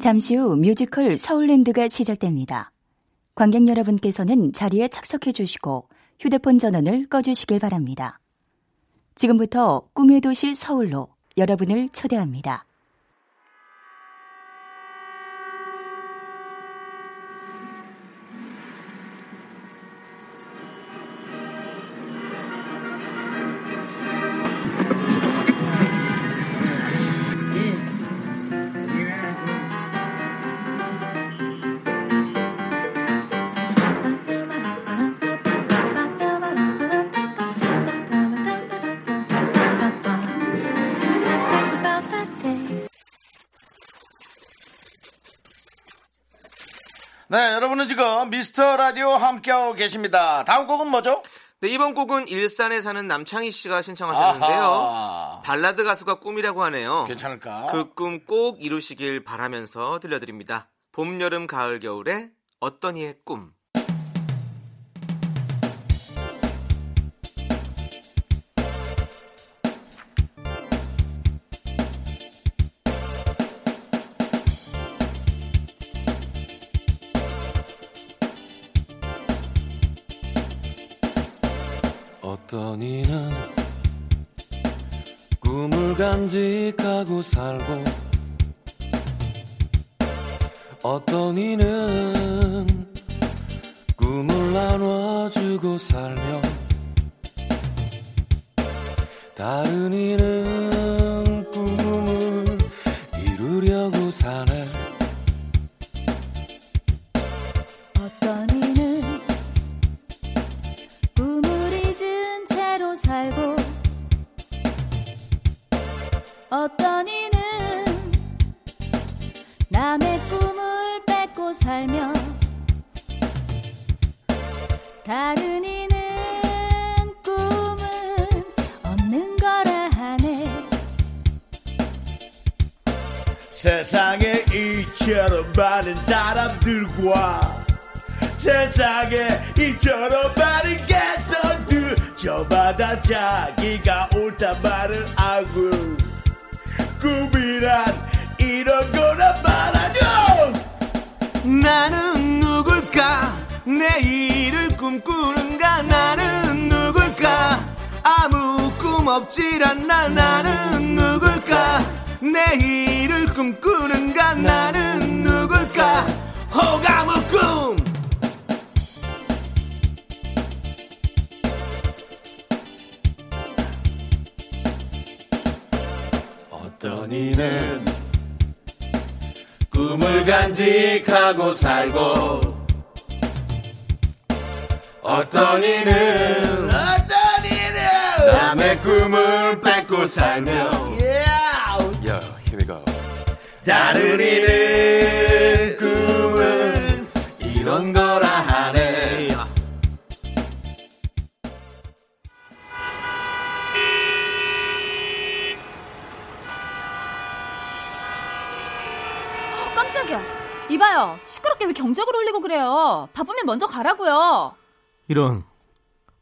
Speaker 11: 잠시 후 뮤지컬 서울랜드가 시작됩니다. 관객 여러분께서는 자리에 착석해 주시고 휴대폰 전원을 꺼주시길 바랍니다. 지금부터 꿈의 도시 서울로 여러분을 초대합니다.
Speaker 1: 네 여러분은 지금 미스터 라디오 함께하고 계십니다 다음 곡은 뭐죠?
Speaker 2: 네, 이번 곡은 일산에 사는 남창희 씨가 신청하셨는데요
Speaker 1: 아하.
Speaker 2: 발라드 가수가 꿈이라고 하네요
Speaker 1: 괜찮을까?
Speaker 2: 그 꿈 꼭 이루시길 바라면서 들려드립니다. 봄, 여름, 가을, 겨울의 어떤 이의 꿈.
Speaker 12: 어떤 이는 꿈을 간직하고 살고 어떤 이는 꿈을 나눠주고 살며 다른 이는 꿈을 이루려고 사네
Speaker 13: 어떤 이는 꿈을 잊은 채로 살고 어떤 이는 남의 꿈을 뺏고 살며 다른 이는 꿈은 없는 거라 하네
Speaker 14: 세상에 이처럼 많은 사람들과 세상에 이처럼 많은 개선들 저마다 자기가 옳단 말을 하고 꿈이란 이런 거란 말하죠
Speaker 10: 나는 누굴까 내일을 꿈꾸는가 나는 누굴까 아무 꿈 없질 않나 나는 누굴까 내일을 꿈꾸는가 나는 누굴까 호감의 꿈
Speaker 12: 어떤 이는
Speaker 14: 꿈을 간직하고 살고
Speaker 12: 어떤 이는
Speaker 14: 남의 꿈을 뺏고 살며
Speaker 12: 야,
Speaker 14: 다른 이는 꿈은 이런 거라 하네.
Speaker 15: 어, 깜짝이야. 이봐요. 시끄럽게 왜 경적을 울리고 그래요? 바쁘면 먼저 가라고요.
Speaker 2: 이런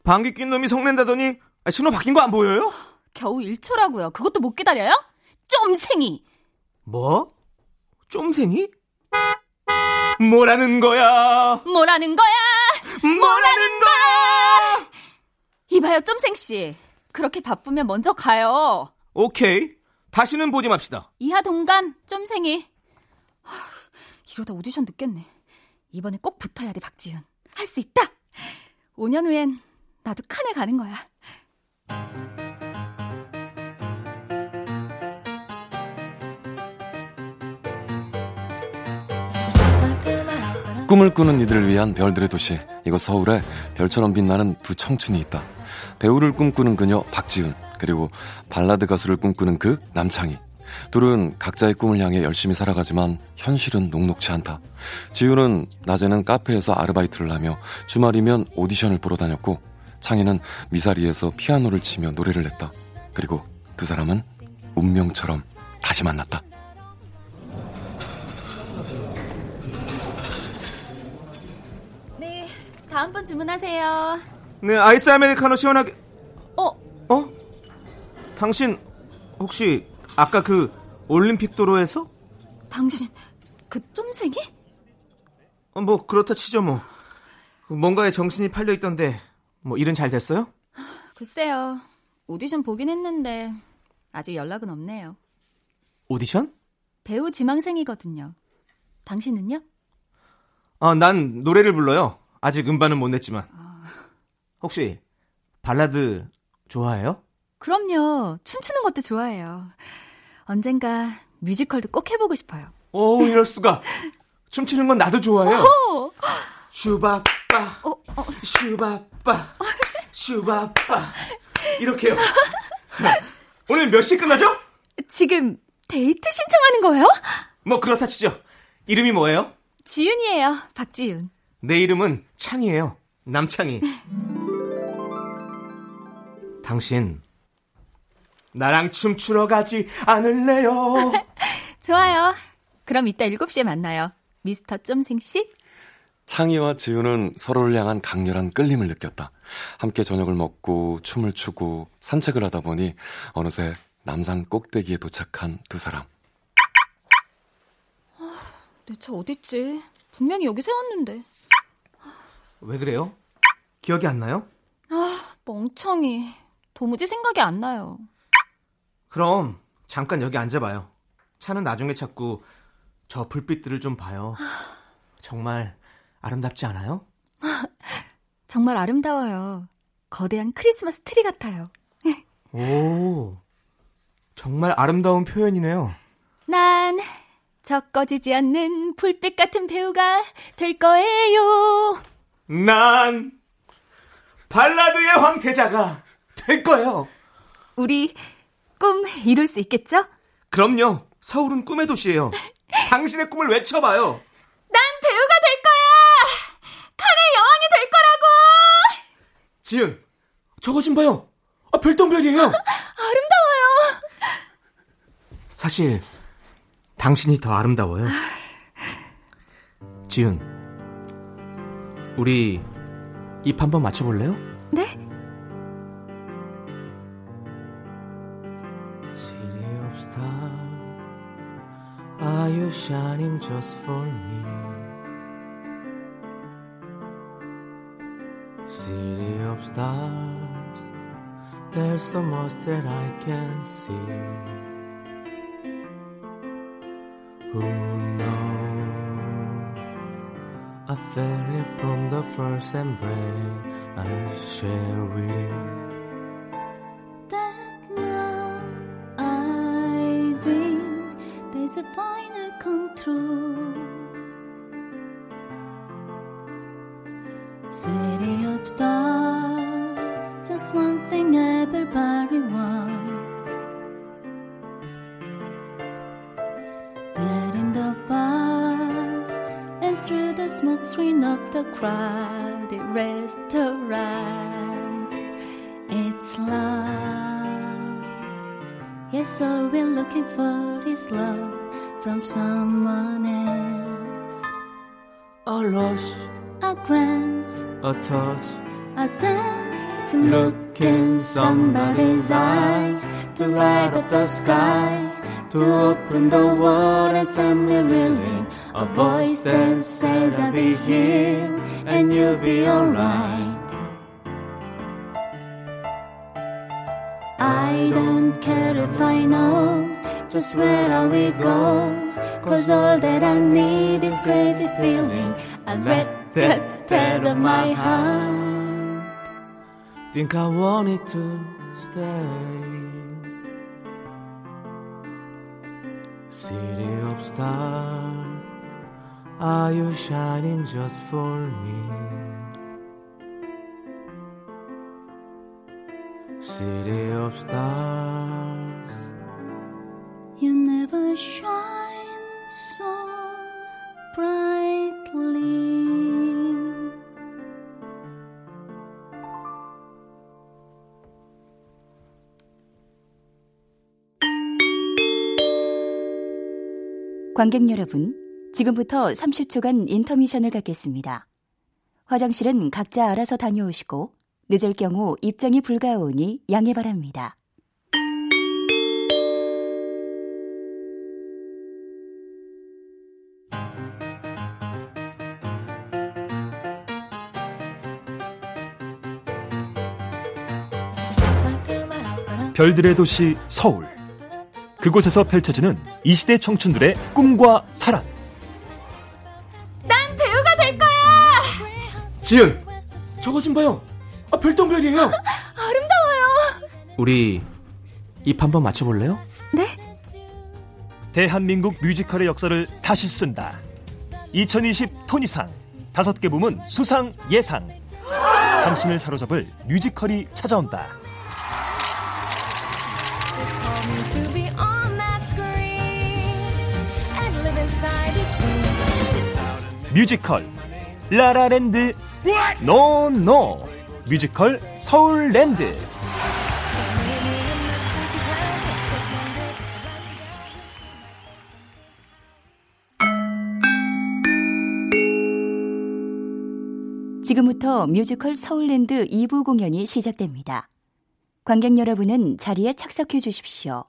Speaker 2: 방귀 낀 놈이 성낸다더니 아, 신호 바뀐 거 안 보여요?
Speaker 15: 겨우 1초라고요. 그것도 못 기다려요? 쫌생이.
Speaker 2: 뭐? 쫌생이? 뭐라는 거야?
Speaker 15: 뭐라는 거야? 뭐라는 거야? 이봐요, 쫌생 씨. 그렇게 바쁘면 먼저 가요.
Speaker 2: 오케이 다시는 보지 맙시다
Speaker 15: 이하 동감, 쫌생이. 하, 이러다 오디션 늦겠네. 이번에 꼭 붙어야 돼, 박지윤. 할 수 있다. 5년 후엔 나도 칸에 가는 거야.
Speaker 12: 꿈을 꾸는 이들을 위한 별들의 도시 이곳 서울에 별처럼 빛나는 두 청춘이 있다 배우를 꿈꾸는 그녀 박지훈 그리고 발라드 가수를 꿈꾸는 그 남창희 둘은 각자의 꿈을 향해 열심히 살아가지만 현실은 녹록치 않다 지훈은 낮에는 카페에서 아르바이트를 하며 주말이면 오디션을 보러 다녔고 창희는 미사리에서 피아노를 치며 노래를 냈다 그리고 두 사람은 운명처럼 다시 만났다
Speaker 15: 네, 다음번 주문하세요.
Speaker 2: 네 아이스 아메리카노 시원하게
Speaker 15: 어?
Speaker 2: 어? 당신 혹시 아까 그 올림픽 도로에서?
Speaker 15: 당신 그 쫌생이?
Speaker 2: 어, 뭐 그렇다 치죠 뭐 뭔가에 정신이 팔려 있던데 뭐 일은 잘 됐어요?
Speaker 15: 글쎄요. 오디션 보긴 했는데 아직 연락은 없네요.
Speaker 2: 오디션?
Speaker 15: 배우 지망생이거든요. 당신은요?
Speaker 2: 아, 난 노래를 불러요. 아직 음반은 못 냈지만. 혹시 발라드 좋아해요?
Speaker 15: 그럼요. 춤추는 것도 좋아해요. 언젠가 뮤지컬도 꼭 해보고 싶어요.
Speaker 2: 오, 이럴 수가. 춤추는 건 나도 좋아해요.
Speaker 15: 오!
Speaker 2: 슈바빠. 슈바빠. 슈바빠. 이렇게요. 오늘 몇 시 끝나죠?
Speaker 15: 지금 데이트 신청하는 거예요?
Speaker 2: 뭐 그렇다 치죠. 이름이 뭐예요?
Speaker 15: 지윤이에요. 박지윤.
Speaker 2: 내 이름은 창이에요. 남창이. 당신 나랑 춤추러 가지 않을래요?
Speaker 15: 좋아요. 그럼 이따 7시에 만나요. 미스터 쫌생 씨?
Speaker 12: 창희와 지우는 서로를 향한 강렬한 끌림을 느꼈다. 함께 저녁을 먹고 춤을 추고 산책을 하다 보니 어느새 남산 꼭대기에 도착한 두 사람.
Speaker 15: 내 차 어딨지? 분명히 여기 세웠는데.
Speaker 2: 왜 그래요? 기억이 안 나요?
Speaker 15: 아, 멍청이. 도무지 생각이 안 나요.
Speaker 2: 그럼 잠깐 여기 앉아봐요. 차는 나중에 찾고 저 불빛들을 좀 봐요. 정말 아름답지 않아요?
Speaker 15: [laughs] 정말 아름다워요. 거대한 크리스마스 트리 같아요.
Speaker 2: 오, 정말 아름다운 표현이네요.
Speaker 15: 난 적거지지 않는 불빛 같은 배우가 될 거예요.
Speaker 2: 난 발라드의 황태자가 될 거예요.
Speaker 15: 우리 꿈 이룰 수 있겠죠?
Speaker 2: 그럼요. 서울은 꿈의
Speaker 15: [laughs]
Speaker 2: 도시예요. 당신의 꿈을 외쳐봐요.
Speaker 15: 난 배우가 될 거야! 칼의 여왕이 될 거라고!
Speaker 2: 지은, 저거 좀 봐요. 아, 별똥별이에요.
Speaker 15: 아름다워요!
Speaker 2: 사실 당신이 더 아름다워요. 지은, 우리 입 한번 맞춰볼래요?
Speaker 15: 네?
Speaker 10: City of Star, are you shining just for me? City of Stars, there's so much that I can see. Who knows? A fairy from the first embrace I share with you.
Speaker 13: I dreamed there's a final come true. City of stars, just one thing everybody wants. There the crowded restaurants. It's love. Yes, all we're looking for is love from someone else.
Speaker 10: A loss,
Speaker 13: A glance,
Speaker 10: a touch.
Speaker 13: a dance to look in somebody's eye, to light up the sky, to open the world and send me reeling. A voice that says I'll be here and you'll be alright. I don't care if I know just where I will go, cause all that I need is crazy feeling. I let
Speaker 2: 네.
Speaker 13: that tear of my heart.
Speaker 10: Think I wanted to stay. City of stars, are you shining just for me? City of stars,
Speaker 13: You never shine so brightly.
Speaker 11: 관객 여러분, 지금부터 30초간 인터미션을 갖겠습니다. 화장실은 각자 알아서 다녀오시고 늦을 경우 입장이 불가하오니 양해 바랍니다.
Speaker 8: 별들의 도시 서울. 그곳에서 펼쳐지는 이 시대 청춘들의 꿈과 사랑.
Speaker 14: 난 배우가 될 거야.
Speaker 2: 지은
Speaker 10: 저거 좀 봐요. 아, 별똥별이에요.
Speaker 15: 아름다워요.
Speaker 10: 우리 입 한번 맞춰볼래요?
Speaker 8: 대한민국 뮤지컬의 역사를 다시 쓴다. 2020 토니상 다섯 개 부문 수상 예상. 당신을 사로잡을 뮤지컬이 찾아온다.
Speaker 4: to be on that screen and live inside each scene.
Speaker 8: 뮤지컬 라라랜드 노노 뮤지컬 서울랜드
Speaker 11: 지금부터 뮤지컬 서울랜드 2부 공연이 시작됩니다. 관객 여러분은 자리에 착석해 주십시오.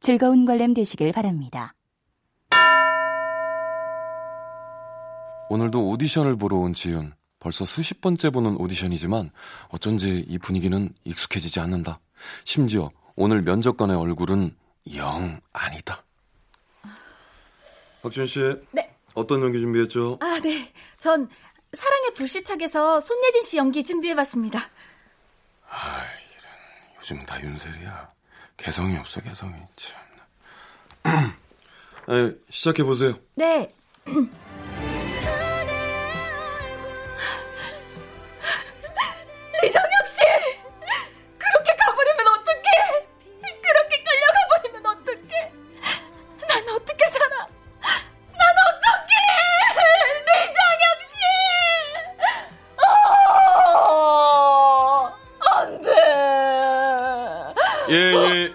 Speaker 11: 즐거운 관람 되시길 바랍니다.
Speaker 12: 오늘도 오디션을 보러 온 지윤. 벌써 수십 번째 보는 오디션이지만 어쩐지 이 분위기는 익숙해지지 않는다. 심지어 오늘 면접관의 얼굴은 영 아니다. 박준 씨.
Speaker 15: 네.
Speaker 12: 어떤 연기 준비했죠?
Speaker 15: 아, 네. 전 사랑의 불시착에서 손예진 씨 연기 준비해봤습니다.
Speaker 12: 아, 요즘은 다 윤세리야. 개성이 없어, 개성이. 참. [clears throat] 아, 시작해 보세요.
Speaker 15: 네. [clears throat] 이성혁 씨! 그렇게 가버리면 어떡해! 그렇게 끌려가버리면 어떡해! 난 어떻게 살아! 난 어떡해! 이성혁 씨! 어! 안 돼!
Speaker 12: 예, 예,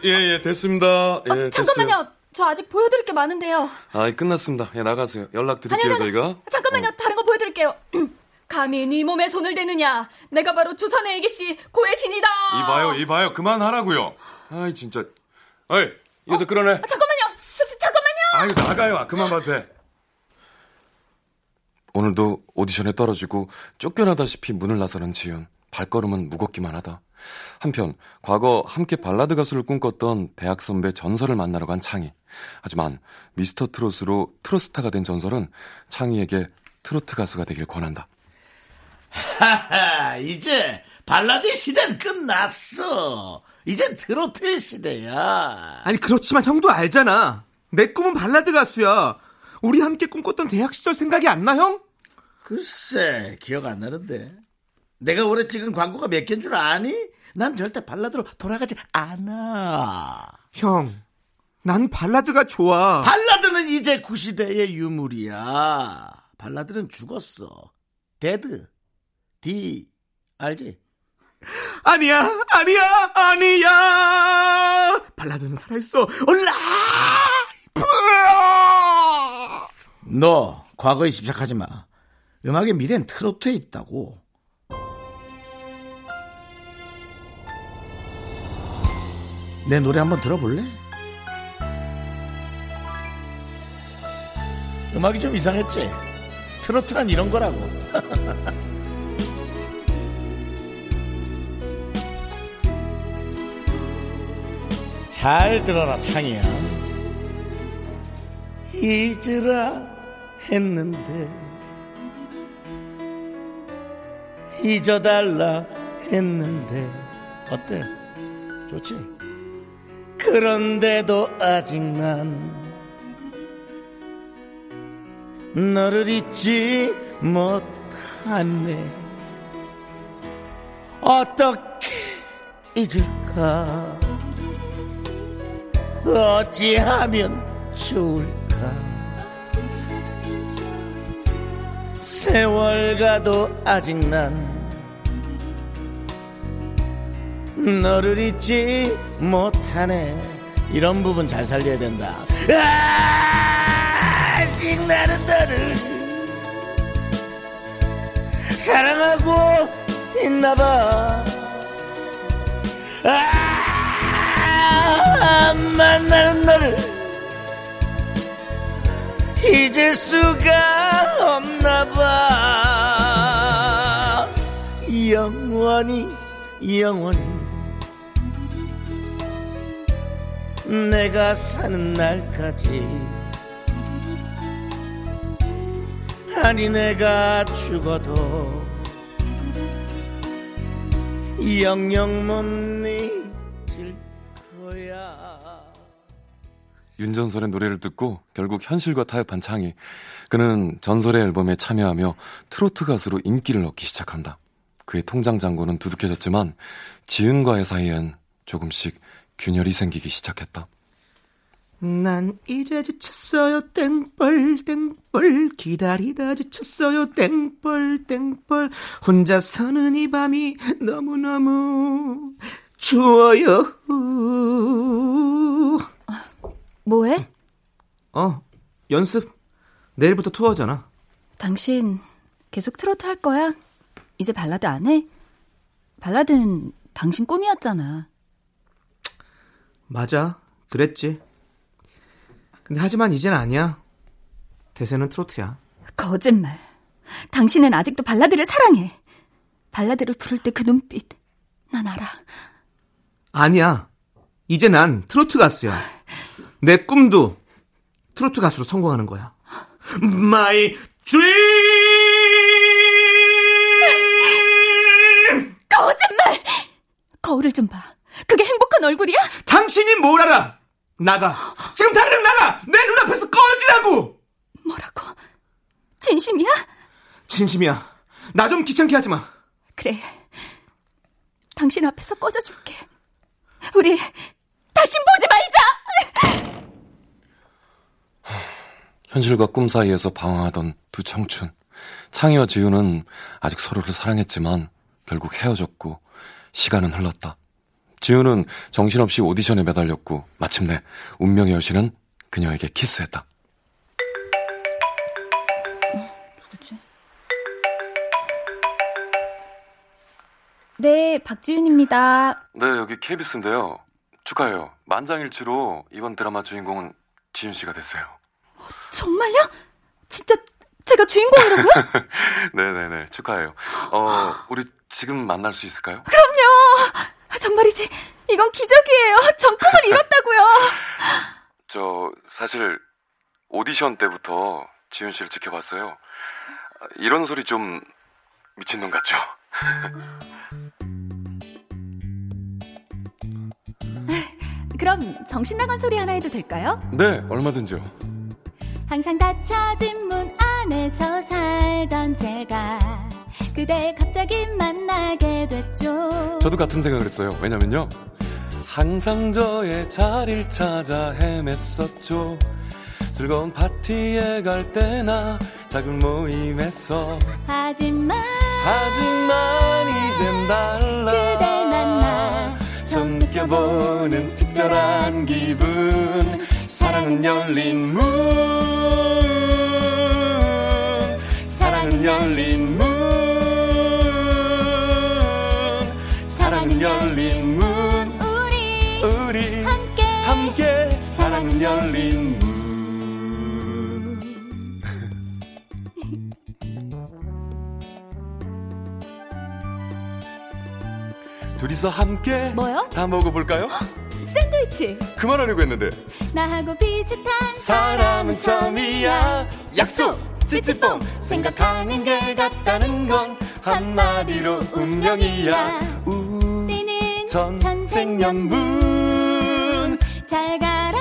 Speaker 12: 예, 예, 됐습니다. 예, 됐어요.
Speaker 15: 잠깐만요. 저 아직 보여드릴 게 많은데요.
Speaker 12: 아, 끝났습니다. 예, 나가세요. 연락 드릴게요,
Speaker 15: 아니요,
Speaker 12: 저희가. 어.
Speaker 15: 잠깐만요. 다른 거 보여드릴게요. [clears throat] 감히 네 몸에 손을 대느냐? 내가 바로 조선의 애기씨 고의 신이다.
Speaker 12: 이봐요, 이봐요. 그만하라고요. 아이, 진짜. 아이, 여기서 끌어내.
Speaker 15: 아, 잠깐만요. 저, 저, 잠깐만요.
Speaker 12: 아이, 나가요. 아, 그만 봐도 돼. 오늘도 오디션에 떨어지고 쫓겨나다시피 문을 나서는 지은. 발걸음은 무겁기만 하다. 한편 과거 함께 발라드 가수를 꿈꿨던 대학 선배 전설을 만나러 간 창희. 하지만 미스터 트롯으로 트로스타가 된 전설은 창희에게 트로트 가수가 되길 권한다.
Speaker 16: 하하, 이제 발라드 시대는 끝났어. 이젠 트로트의 시대야.
Speaker 2: 아니 그렇지만 형도 알잖아. 내 꿈은 발라드 가수야. 우리 함께 꿈꿨던 대학 시절 생각이 안 나 형?
Speaker 16: 글쎄, 기억 안 나는데. 내가 올해 찍은 광고가 몇 개인 줄 아니? 난 절대 발라드로 돌아가지 않아.
Speaker 2: 형, 난 발라드가 좋아.
Speaker 16: 발라드는 이제 구시대의 유물이야. 발라드는 죽었어.
Speaker 1: 데드 D 알지?
Speaker 2: 아니야, 아니야, 아니야. 발라드는 살아있어. 올라!
Speaker 17: 너 과거에 집착하지 마. 음악의 미래는 트로트에 있다고. 내 노래 한번 들어볼래? 음악이 좀 이상했지? 트로트란 이런 거라고. [laughs] 잘 들어라, 창이야. 잊으라 했는데, 잊어달라 했는데, 어때? 좋지? 그런데도 아직 난 너를 잊지 못하네 어떻게 잊을까 어찌하면 좋을까 세월 가도 아직 난 너를 잊지 못하네 이런 부분 잘 살려야 된다 아직 아, 나는 너를 사랑하고 있나봐 아 만나는 너를 잊을 수가 없나봐 영원히 영원히 내가 사는 날까지 아니 내가 죽어도 영영 못 잊을 거야
Speaker 12: 윤전설의 노래를 듣고 결국 현실과 타협한 창희. 그는 전설의 앨범에 참여하며 트로트 가수로 인기를 얻기 시작한다. 그의 통장 잔고는 두둑해졌지만 지은과의 사이엔 조금씩 균열이 생기기 시작했다.
Speaker 2: 난 이제 지쳤어요 땡벌 땡벌 기다리다 지쳤어요 땡벌 땡벌 혼자 서는 이 밤이 너무너무 추워요
Speaker 15: 뭐해?
Speaker 2: 어 연습 내일부터 투어잖아
Speaker 15: 당신 계속 트로트 할 거야? 이제 발라드 안 해? 발라드는 당신 꿈이었잖아.
Speaker 2: 맞아 그랬지 근데 하지만 이젠 아니야. 대세는 트로트야.
Speaker 15: 거짓말. 당신은 아직도 발라드를 사랑해. 발라드를 부를 때 그 눈빛. 난 알아.
Speaker 2: 아니야. 이제 난 트로트 가수야. 내 꿈도 트로트 가수로 성공하는 거야. My dream!
Speaker 15: 거짓말! 거울을 좀 봐. 그게 행복한 얼굴이야?
Speaker 2: 당신이 뭘 알아! 나가! 지금 당장 나가! 내 눈앞에서 꺼지라고!
Speaker 15: 뭐라고? 진심이야?
Speaker 2: 진심이야. 나 좀 귀찮게 하지 마.
Speaker 15: 그래. 당신 앞에서 꺼져줄게. 우리 다시 보지 말자!
Speaker 12: 현실과 꿈 사이에서 방황하던 두 청춘. 창희와 지우는 아직 서로를 사랑했지만 결국 헤어졌고 시간은 흘렀다. 지우는 정신없이 오디션에 매달렸고 마침내 운명의 여신은 그녀에게 키스했다.
Speaker 15: 누구지? 네, 박지윤입니다.
Speaker 12: 네, 여기 KBS인데요. 축하해요. 만장일치로 이번 드라마 주인공은 지윤 씨가 됐어요. [laughs]
Speaker 15: 정말요? 진짜 제가 주인공이라고요?
Speaker 12: 네네네, 축하해요. 어, 우리 지금 만날 수 있을까요?
Speaker 15: 그럼요! 아, 정말이지 이건 기적이에요 전 꿈을 이뤘다고요
Speaker 12: 저 사실 오디션 때부터 지윤 씨를 지켜봤어요 이런 소리 좀 미친놈 같죠?
Speaker 15: 그럼 정신 나간 소리 하나 해도 될까요?
Speaker 12: 네 얼마든지요
Speaker 13: 항상 닫혀진 문 안에서 살던 제가 그댈 갑자기 만나게 됐죠.
Speaker 12: 저도 같은 생각을 했어요. 왜냐면요. 항상 저의 자리를 찾아 헤맸었죠. 즐거운 파티에 갈 때나 작은 모임에서
Speaker 13: 하지만
Speaker 12: 하지만 이젠 달라
Speaker 13: 그댈 만나
Speaker 12: 처음 느껴보는 특별한 기분 사랑은 열린 문 사랑은 열린 문 사랑은 열린 문
Speaker 13: 우리
Speaker 12: 우리
Speaker 13: 함께
Speaker 12: 함께 사랑은 열린 문 둘이서 함께
Speaker 13: 뭐요?
Speaker 12: 다 먹어볼까요?
Speaker 13: 샌드위치
Speaker 12: 그만하려고 했는데
Speaker 13: 나하고 비슷한
Speaker 12: 사람은 처음이야 약속 찌찌뽕 생각하는 게 같다는 건 한마디로 운명이야
Speaker 13: 우리는
Speaker 12: 전생연분
Speaker 13: 잘 가라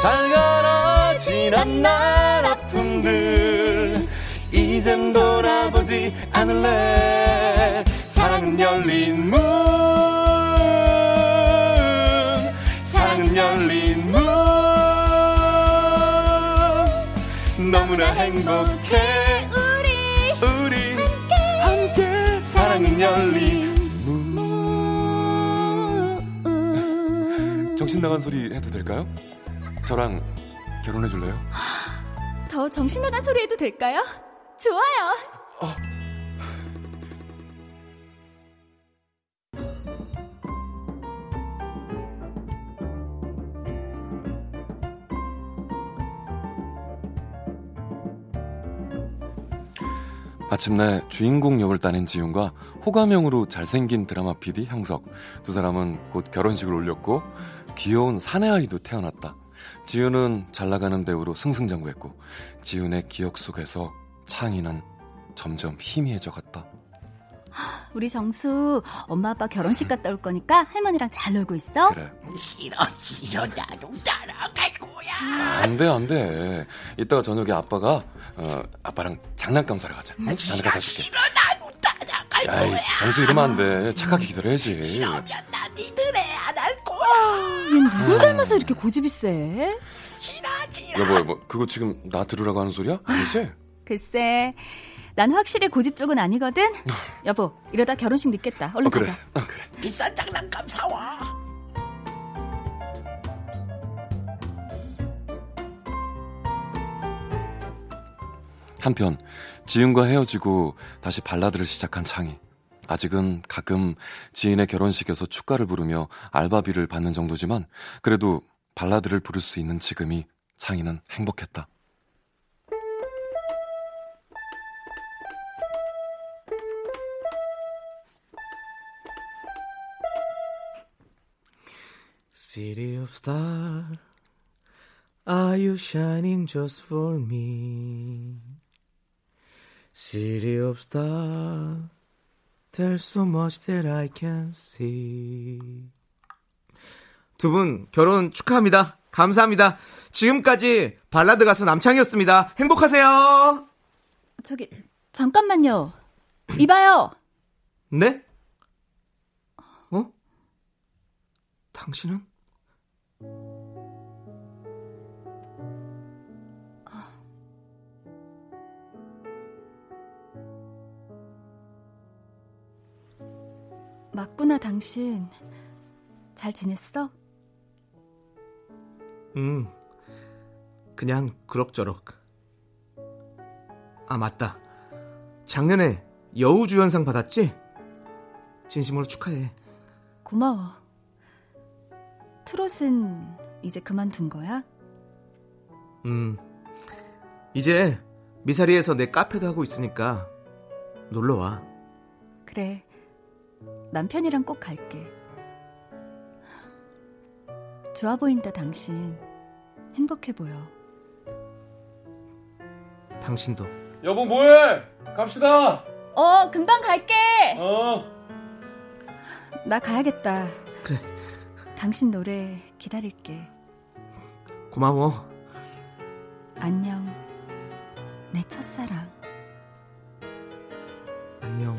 Speaker 12: 잘 가라 지난 날 아픔들 이젠 돌아보지 않을래 사랑은 열린 문 사랑은 열린 문 너무나 행복해
Speaker 13: 우리
Speaker 12: 우리 함께 사랑은 열린 문 정신 나간 소리 해도 될까요? 저랑 결혼해 줄래요?
Speaker 15: 더 정신나간 소리 해도 될까요? 좋아요.
Speaker 12: 마침내 주인공 역을 따낸 지훈과 호감형으로 잘생긴 드라마 PD 형석 두 사람은 곧 결혼식을 올렸고 귀여운 사내아이도 태어났다. 지훈은 잘 나가는 배우로 승승장구했고 지훈의 기억 속에서 창이는 점점 희미해져 갔다.
Speaker 15: 우리 정수 엄마 아빠 결혼식 갔다 올 거니까 할머니랑 잘 놀고 있어.
Speaker 12: 그래.
Speaker 15: 싫어 싫어 나도 따라갈 거야.
Speaker 12: 안돼 안돼. 이따가 저녁에 아빠가 어, 아빠랑 장난감 사러 가자. 장난감 사줄게.
Speaker 14: 나도 따라갈
Speaker 12: 야이 정수 이러면 안돼. 착하게 기다려야지.
Speaker 14: 나 니들 애안할 거야.
Speaker 15: 아, 얘 누굴 닮아서 이렇게 고집이 세?
Speaker 12: 여보 여보 그거 지금 나 들으라고 하는 소리야? 아니지?
Speaker 15: 글쎄, 난 확실히 고집
Speaker 14: [laughs]
Speaker 15: 쪽은 아니거든. 여보, 이러다 결혼식 늦겠다. 얼른
Speaker 12: 어, 그래.
Speaker 15: 가자.
Speaker 14: 비싼 장난감 사와.
Speaker 12: 한편 지윤과 헤어지고 다시 발라드를 시작한 창희 아직은 가끔 지인의 결혼식에서 축가를 부르며 알바비를 받는 정도지만 그래도 발라드를 부를 수 있는 지금이 창희는 행복했다
Speaker 10: City of
Speaker 2: Star,
Speaker 10: are you shining just for me? City of Star, there's so much that I can see.
Speaker 2: 두 분 결혼 축하합니다. 감사합니다. 지금까지 발라드 가수 남창이었습니다. 행복하세요.
Speaker 15: 저기, 잠깐만요. 이봐요.
Speaker 2: 네? 어? 당신은?
Speaker 15: 맞구나, 당신. 잘 지냈어?
Speaker 2: 음. 그냥 그럭저럭. 아, 맞다. 작년에 여우주연상 받았지? 진심으로 축하해.
Speaker 15: 고마워. 트롯은 이제 그만둔 거야?
Speaker 2: 음. 이제 미사리에서 내 카페도 하고 있으니까 놀러 와.
Speaker 15: 그래. 남편이랑 꼭 갈게. 좋아 보인다, 당신. 행복해 보여.
Speaker 2: 당신도.
Speaker 7: 여보 뭐해? 갑시다.
Speaker 15: 어, 금방 갈게!
Speaker 7: 어.
Speaker 15: 나 가야겠다.
Speaker 2: 그래.
Speaker 15: 당신 노래 기다릴게.
Speaker 2: 고마워.
Speaker 15: 안녕. 내 첫사랑.
Speaker 2: 안녕.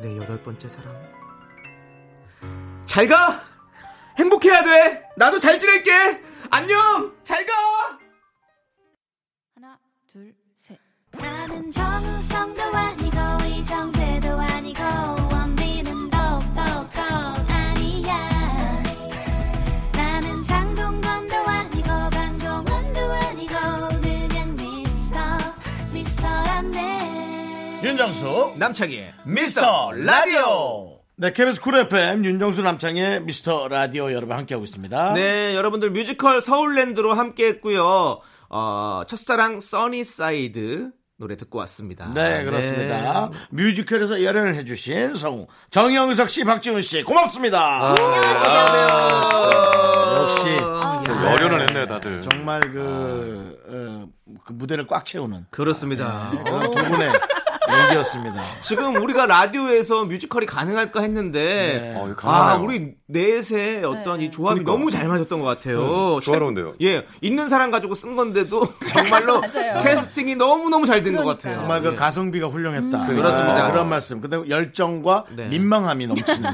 Speaker 2: 내 여덟 번째 사랑. 잘 가! 행복해야 돼! 나도 잘 지낼게! 안녕! 잘 가!
Speaker 15: 하나, 둘, 셋.
Speaker 13: 나는 정우성도 아니고 이정재도 아니고 원빈은 더욱더 아니야 나는 장동건도 아니고 강동원도 아니고 그냥 미스터 미스터란데
Speaker 1: 윤정수 남창희의 미스터 라디오 네 KBS 쿨 FM 윤정수 남창희의 미스터 라디오 여러분 함께하고 있습니다
Speaker 2: 네, 여러분들 뮤지컬 서울랜드로 함께 했고요. 어, 첫사랑 써니사이드 노래 듣고 왔습니다.
Speaker 1: 네 그렇습니다 뮤지컬에서 열연을 해주신 성우 정영석 씨 박지훈 씨 고맙습니다 역시
Speaker 12: 진짜 열연을 했네요, 다들.
Speaker 1: 아, 정말 그, 어, 그 무대를 꽉 채우는
Speaker 2: 그렇습니다. 어.
Speaker 1: 네, 그런 두 분의 연기였습니다
Speaker 2: 지금 우리가 라디오에서 뮤지컬이 가능할까 했는데
Speaker 12: 어, 이거
Speaker 2: 아
Speaker 12: 가능하네요.
Speaker 2: 우리 넷의 어떤 이 조합이 너무 잘 맞았던 것 같아요.
Speaker 12: 네, 조화로운데요.
Speaker 2: 예, 있는 사람 가지고 쓴 건데도 정말로 캐스팅이 너무 너무 잘 된 것 같아요. 예.
Speaker 1: 정말 그 가성비가 훌륭했다 아,
Speaker 2: 음. 그렇습니다.
Speaker 1: 그런 말씀 근데 열정과 민망함이 넘치는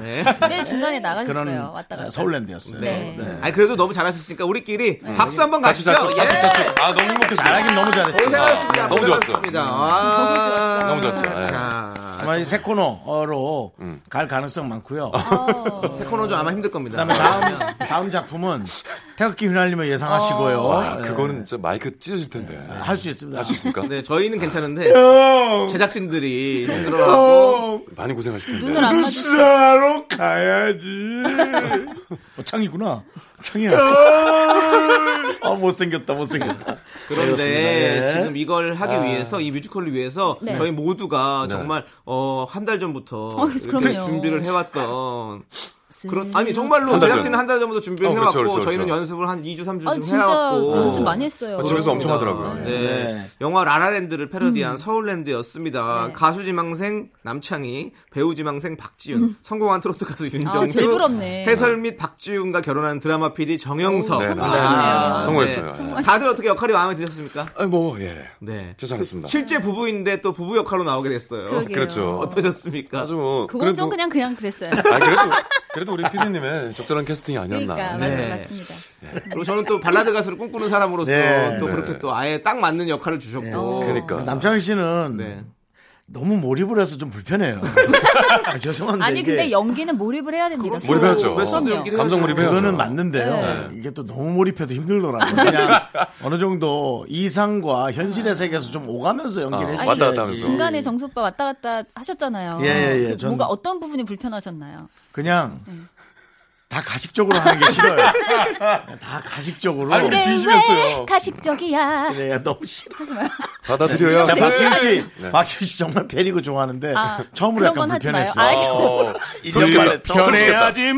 Speaker 17: 네, 중간에 나가셨어요.
Speaker 1: 그런
Speaker 17: 왔다 갔다.
Speaker 1: 서울랜드였어요
Speaker 17: 네.
Speaker 2: 아니 그래도 너무 잘하셨으니까 우리끼리 박수 한번
Speaker 1: 같이
Speaker 2: 가시죠.
Speaker 1: 네. 자축, 자축, 자축.
Speaker 2: 아 너무
Speaker 1: 행복했어요. 잘하긴 너무 잘했죠.
Speaker 12: 아,
Speaker 2: 고생하셨습니다.
Speaker 1: 너무 좋았어요.
Speaker 2: 고생하셨습니다.
Speaker 1: 음.
Speaker 2: 아,
Speaker 12: 너무 좋았어요. 예. 음.
Speaker 1: 아마 이새 코너로 갈 가능성
Speaker 12: 어.
Speaker 1: 많고요. 어.
Speaker 2: 새 코너 좀 아마 힘들 겁니다. 아.
Speaker 1: 그다음에 다음 다음 작품은 태극기 휘날림을 예상하시고요.
Speaker 12: 와,
Speaker 1: 네.
Speaker 12: 그거는 진짜 마이크 찢어질 텐데.
Speaker 1: 할 수 있습니다.
Speaker 12: 할 수 있습니까?
Speaker 2: 네, 저희는 괜찮은데 제작진들이
Speaker 1: 형!
Speaker 2: 힘들어하고
Speaker 12: 음. 많이 고생하실 텐데.
Speaker 1: 눈을 안 마주치고.
Speaker 16: 사러 가야지.
Speaker 1: 어, 창이구나. 창이야. 아 못생겼다 못생겼다.
Speaker 2: 그런데
Speaker 1: 그렇습니다. 예.
Speaker 2: 지금 이걸 하기
Speaker 1: 아.
Speaker 2: 위해서 이 뮤지컬을 위해서
Speaker 1: 네.
Speaker 2: 저희 모두가
Speaker 1: 네.
Speaker 2: 정말 어, 한 달 전부터
Speaker 1: 어,
Speaker 2: 이렇게
Speaker 1: 그럼요. 네.
Speaker 2: 준비를 해왔던
Speaker 1: 음.
Speaker 2: 그런 아니 정말로
Speaker 12: 한달 전.
Speaker 2: 제작진은 한 달 전부터 준비를
Speaker 12: 어,
Speaker 2: 해왔고
Speaker 12: 그렇죠, 그렇죠, 그렇죠.
Speaker 2: 저희는 연습을 한 2주 3주
Speaker 17: 아,
Speaker 2: 좀
Speaker 17: 진짜
Speaker 2: 해왔고
Speaker 17: 연습 많이 했어요.
Speaker 12: 아, 집에서 엄청 하더라고요. 음.
Speaker 2: 네.
Speaker 12: 그렇죠. 네.
Speaker 2: 영화 라라랜드를 패러디한 서울랜드였습니다. 가수 지망생 남창희, 배우 지망생 박지윤,
Speaker 12: 음.
Speaker 2: 성공한 트로트 가수
Speaker 17: 아, 제일
Speaker 2: 윤정수,
Speaker 17: 부럽네.
Speaker 2: 해설 및 박지윤과 결혼한 드라마 PD 정영석.
Speaker 12: 오, 네, 네.
Speaker 2: 아,
Speaker 12: 성공했어요. 예.
Speaker 2: 다들 어떻게 역할이 마음에 드셨습니까?
Speaker 12: 뭐 예.
Speaker 2: 네.
Speaker 12: 죄송했습니다.
Speaker 2: 실제 부부인데 또 부부 역할로 나오게 됐어요.
Speaker 17: 그러게요. 그렇죠.
Speaker 2: 어떠셨습니까?
Speaker 12: 아주 뭐
Speaker 17: 그건 좀 그냥 그냥 그랬어요.
Speaker 12: 아 그래도 그래도 우리 피디님의 적절한 캐스팅이 아니었나. 네.
Speaker 17: 그러니까 맞아요, 맞습니다.
Speaker 2: 그리고 저는 또 발라드 가수를 꿈꾸는 사람으로서
Speaker 1: 네.
Speaker 2: 또
Speaker 1: 네.
Speaker 2: 그렇게 또 아예 딱 맞는 역할을 주셨고.
Speaker 12: 네.
Speaker 1: 그러니까. 남창희 씨는
Speaker 2: 네.
Speaker 1: 너무 몰입을 해서
Speaker 2: [laughs]
Speaker 1: 좀 불편해요. 아, 죄송한데
Speaker 17: 아니
Speaker 1: 이게
Speaker 17: 근데 연기는 몰입을 해야 됩니다.
Speaker 1: 몰입해야죠.
Speaker 17: 그럼요.
Speaker 12: 감정 몰입해야죠.
Speaker 1: 그거는
Speaker 17: 네.
Speaker 1: 맞는데요.
Speaker 2: 네.
Speaker 1: 이게 또 너무 몰입해도
Speaker 12: [laughs]
Speaker 1: 힘들더라고요. 그냥 어느 정도 이상과 현실의 세계에서 좀 오가면서 연기를
Speaker 12: 아,
Speaker 1: 해주셔야지.
Speaker 12: 왔다 갔다 하면서.
Speaker 17: 중간에 정수 오빠 왔다 갔다 하셨잖아요.
Speaker 1: 예, 예, 예. 전-
Speaker 17: 뭐가 어떤 부분이 불편하셨나요?
Speaker 1: 그냥
Speaker 17: 네.
Speaker 1: 다 가식적으로 하는 게 싫어요.
Speaker 17: [laughs]
Speaker 1: 다 가식적으로.
Speaker 17: 그게 왜 가식적이야.
Speaker 1: 네, 너무 싫어.
Speaker 17: 하지 마요.
Speaker 12: 받아들여요.
Speaker 1: 자,
Speaker 12: 네.
Speaker 1: 박지윤 씨.
Speaker 12: 네.
Speaker 1: 박지윤 씨 정말 팬이고 좋아하는데
Speaker 17: 아,
Speaker 1: 처음으로 약간
Speaker 17: 그런 건 하지
Speaker 1: 불편했어요.
Speaker 17: 마요.
Speaker 12: 어,
Speaker 1: 인정 말해.
Speaker 12: 변해하지